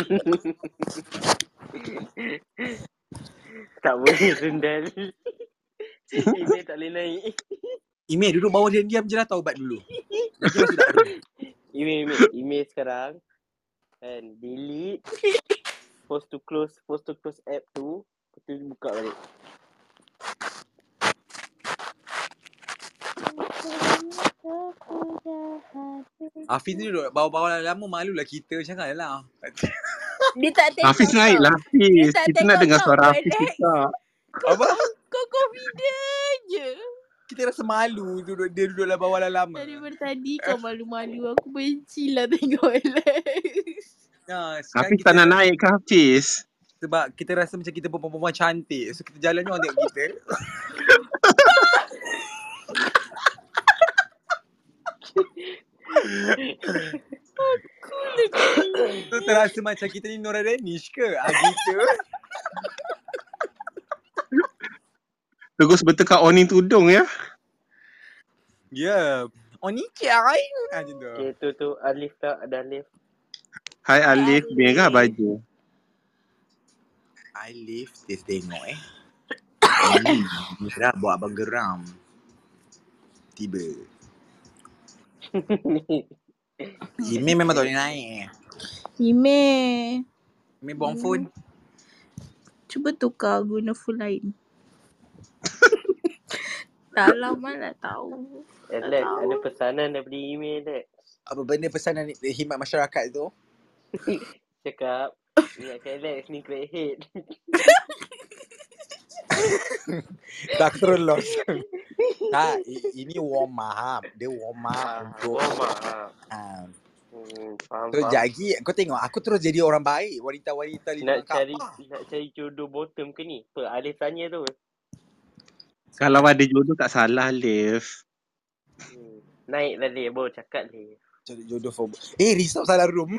tak boleh sendal. eh, saya tak boleh naik. Imin, duduk bawah dan diam je lah taubat dulu. Nanti masuk daru. Email, email. Email sekarang. And delete. Post to close. Post to close app tu. Lepas tu buka balik. Hafiz ni duduk bawah-bawah lama malulah kita macam mana lah. Dia tak tengok Hafiz kau. naik lah Dia Hafiz. tak Kita nak tengok dengar kau, suara kau Hafiz relax. juga. Kau, Apa? kau confident je. Kita rasa malu duduk dia duduk lah bawah lah lama. Daripada tadi kau malu-malu. Aku benci lah tengok Alex. Ya, sekarang Hafiz kita tak nak naik ke Hafiz? sebab kita rasa macam kita perempuan-perempuan cantik. So kita jalan ni orang tengok kita. So terasa macam kita ni Nora Danish ke? Ah gitu. Terus bertekak Oni tudung ya. Ya. Yeah. Oni kiai. Ah macam tu. Okay, tu tu. Alif tak? Ada Alif. Hai, Hai Alif, Alif. merah baju. Alif dia tengok eh. Oni merah buat abang geram. Tiba. Ini memang tak boleh naik eh. Ime. Ini buang phone. Cuba tukar guna full lain. tak lama lah tahu. Alex, Eh, ada pesanan daripada email, Alex. Apa benda pesanan ni- himat masyarakat tu? Cakap, ingatkan Alex ni crackhead. Dah aku terus lost. tak, i- ini warm up. Dia warm up untuk Oh, mak. ha. ah. Hmm, faham, Terus faham. jadi kau tengok aku terus jadi orang baik, wanita-wanita di Ah, Nak dalam cari kapal. nak cari jodoh bottom ke ni? Apa Alif tanya tu? Kalau ada jodoh tak salah Alif. Hmm. Naik lah dia, baru cakap dia. Cari jodoh for Eh, risau salah room.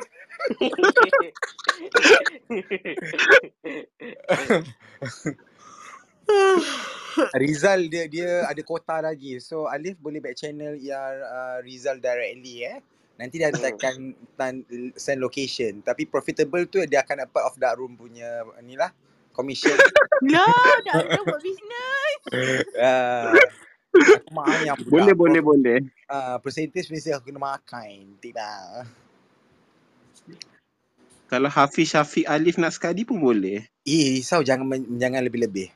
Rizal dia dia ada kota lagi. So Alif boleh back channel yang uh, Rizal directly eh. Nanti dia Hmm. akan tan, send location. Tapi profitable tu dia akan dapat off dark room punya ni lah. Commission. Lah, dah ada buat bisnes. uh, aku mak ayam budak. Boleh, boleh, boleh. Uh, percentage mesti aku kena makan. Tidak. Kalau Hafiz, Syafiq, Alif nak sekali pun boleh. Eh, risau jangan men- jangan lebih-lebih.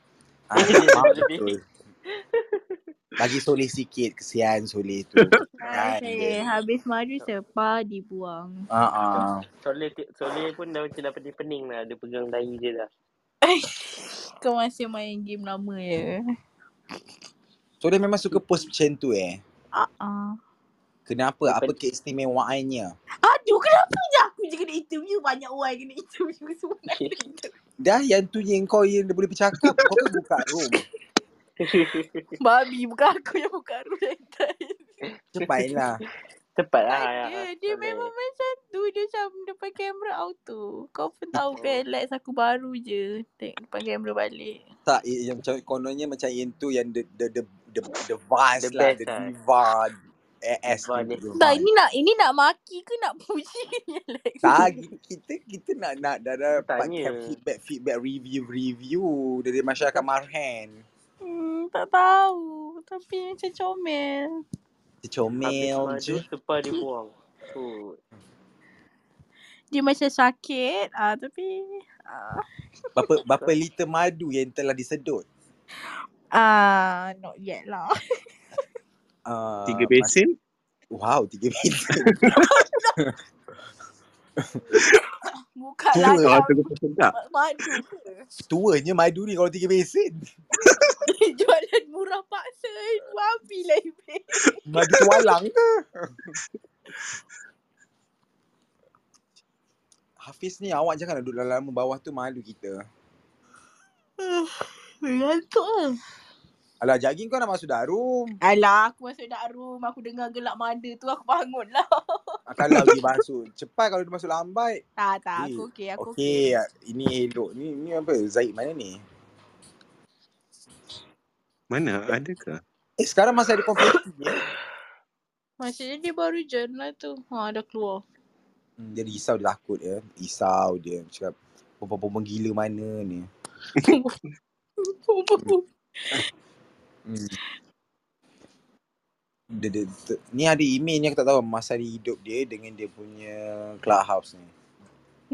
Ah, tak maaf betul. Lebih-lebih. Bagi soleh sikit, kesian soleh tu. Kan Asyik. dia. Habis mari sepa dibuang. Ah, ah. Soleh, ti- soleh pun dah macam dah pening-pening lah. Dia pegang dahi dia dah. Kau masih main game lama ya? Soleh memang suka post macam tu eh. Ah ah. Kenapa? Dia Apa pen- keistimewaannya? Aduh, kenapa je aku je kena interview? Banyak orang kena interview semua nak kena interview. Dah yang tu yang kau yang dia boleh bercakap, kau kan buka room. Babi, bukan aku yang buka ruang tadi. Cepatlah. Cepat lah. Tak ya, ada. ya, Dia soleh. memang macam tu. Dia macam depan kamera auto. Kau pun tahu kan, Lex aku baru je. Tengok depan kamera balik. Tak, eh, yang macam kononnya macam yang tu yang the the the the, the vice The lah, best the lah. diva. Eh, S Diva tu dia. Tak, diva. ini nak ini nak maki ke nak puji ni, Lex? Tak, kita, Ah, kita kita nak nak dah Dia dapatkan tanya. feedback feedback review review dari masyarakat Marhan. Hmm, tak tahu. Tapi macam comel. Dia Habis comel je. madu, sepah dia buang. Kut. dia macam sakit ah tapi ah Berapa, berapa liter madu yang telah disedut? ah not yet lah. Uh, Tiga besen? Wow, tiga besen. Buka lah Tua lah kau tu kau sedap. madu ke? Tuanya madu ni kalau tiga besen. Jualan murah paksa Wabi lah Ibe Madu tu walang ke? Hafiz ni awak jangan duduk lama-lama bawah tu malu kita. Ngantuk lah Alah, jaging kau nak masuk darum. Alah aku masuk dak room Aku dengar gelap mada tu Aku bangun lah Akan lagi masuk. Cepat kalau dia masuk lambat. Tak tak Eh, aku okey Aku okey Okey, ah, ini elok. Ni ni apa? Zaid mana ni? Mana? Ada ke? Eh, sekarang masih ada konfeti ni. Eh? Maksudnya dia baru join lah tu Ha dah keluar Hmm, Dia risau, dia takut ya. Risau dia. Cakap, perempuan-perempuan gila mana ni. Hmm. Dia, dia, dia, ni ada email ni aku tak tahu masa hari hidup dia dengan dia punya clubhouse ni.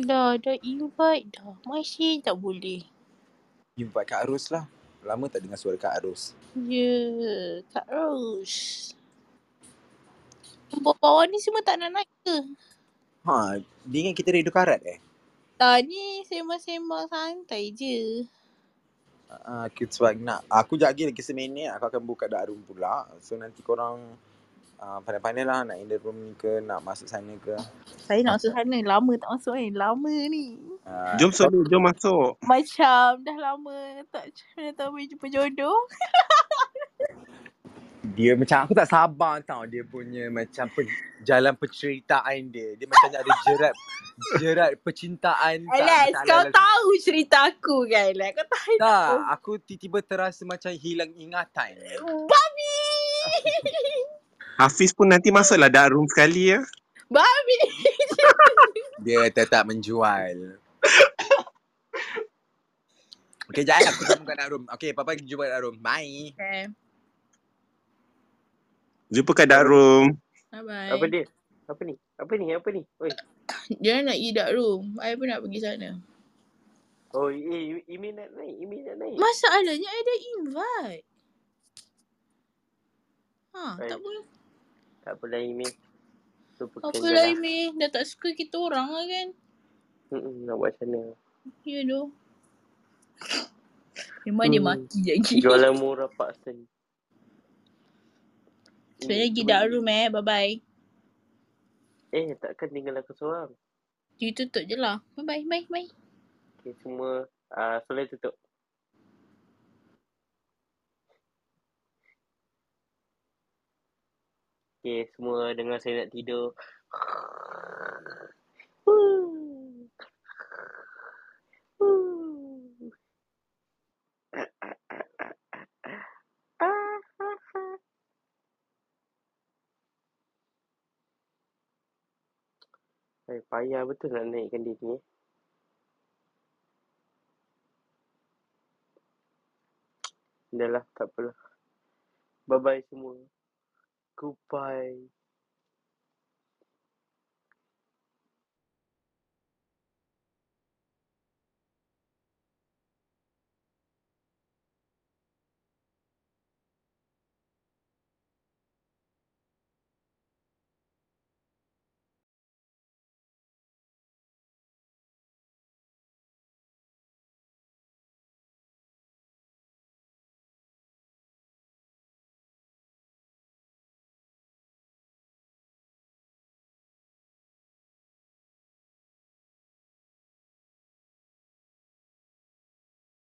Dah dah invite dah Masih tak boleh Jumpa Kak Arus lah. Lama tak dengar suara Kak Arus. Ya Kak Rose Bawah-bawah ni semua tak nak naik ke? Ha, dia ingat kita radio karat eh? Tak ni sembang-sembang santai je Ah, uh, sebab nak aku jaga lagi semene aku akan buka dark room pula. So nanti korang uh, pandai-pandai lah nak in the room ni ke nak masuk sana ke. Saya nak masuk sana Lama tak masuk kan Lama ni Uh, Jom selalu, jom masuk. Macam dah lama tak tak tahu boleh jumpa jodoh. dia macam aku tak sabar tau dia punya macam pe, jalan penceritaan dia. Dia macam ada jerat jerat percintaan tak, Alex, macam kau ala-ala- tahu cerita aku kan, Alex? Kau tahu. tak aku tiba-tiba terasa macam hilang ingatan. Babi! Hafiz pun nanti masuklah dark room sekali ya. Babi! Dia tetap menjual. Okay, jangan eh, aku jumpa kat dark room. Okay, Papa jumpa kat dark room. Bye. Okay, Jumpa kat dark room. Apa bye-bye. dia? Apa ni? Apa ni? Apa ni? Oi. Dia nak pergi dark room. I pun nak pergi sana. Oh, eh, Imi nak naik. Imi nak naik. Masalahnya I dah invite. Ha, tak Baik. boleh. Tak apalah Imi. Lupakan Apa je lah. lain ni? Dah tak suka kita orang lah kan? Ya, Mm-mm, nak buat sana. You know. Memang dia Hmm. maki lagi. Jualan murah paksa ni. Sebenarnya Ini pergi cuba dark ni. room eh. Bye-bye. Eh, takkan tinggal aku seorang. You tutup je lah. Bye-bye. Bye-bye. Okay, semua. Uh, Soleh tutup. Okay, semua dengar saya nak tidur. Eh, payah betul nak naikkan dia ni. eh. Dah lah, tak apalah. Bye-bye semua. Goodbye.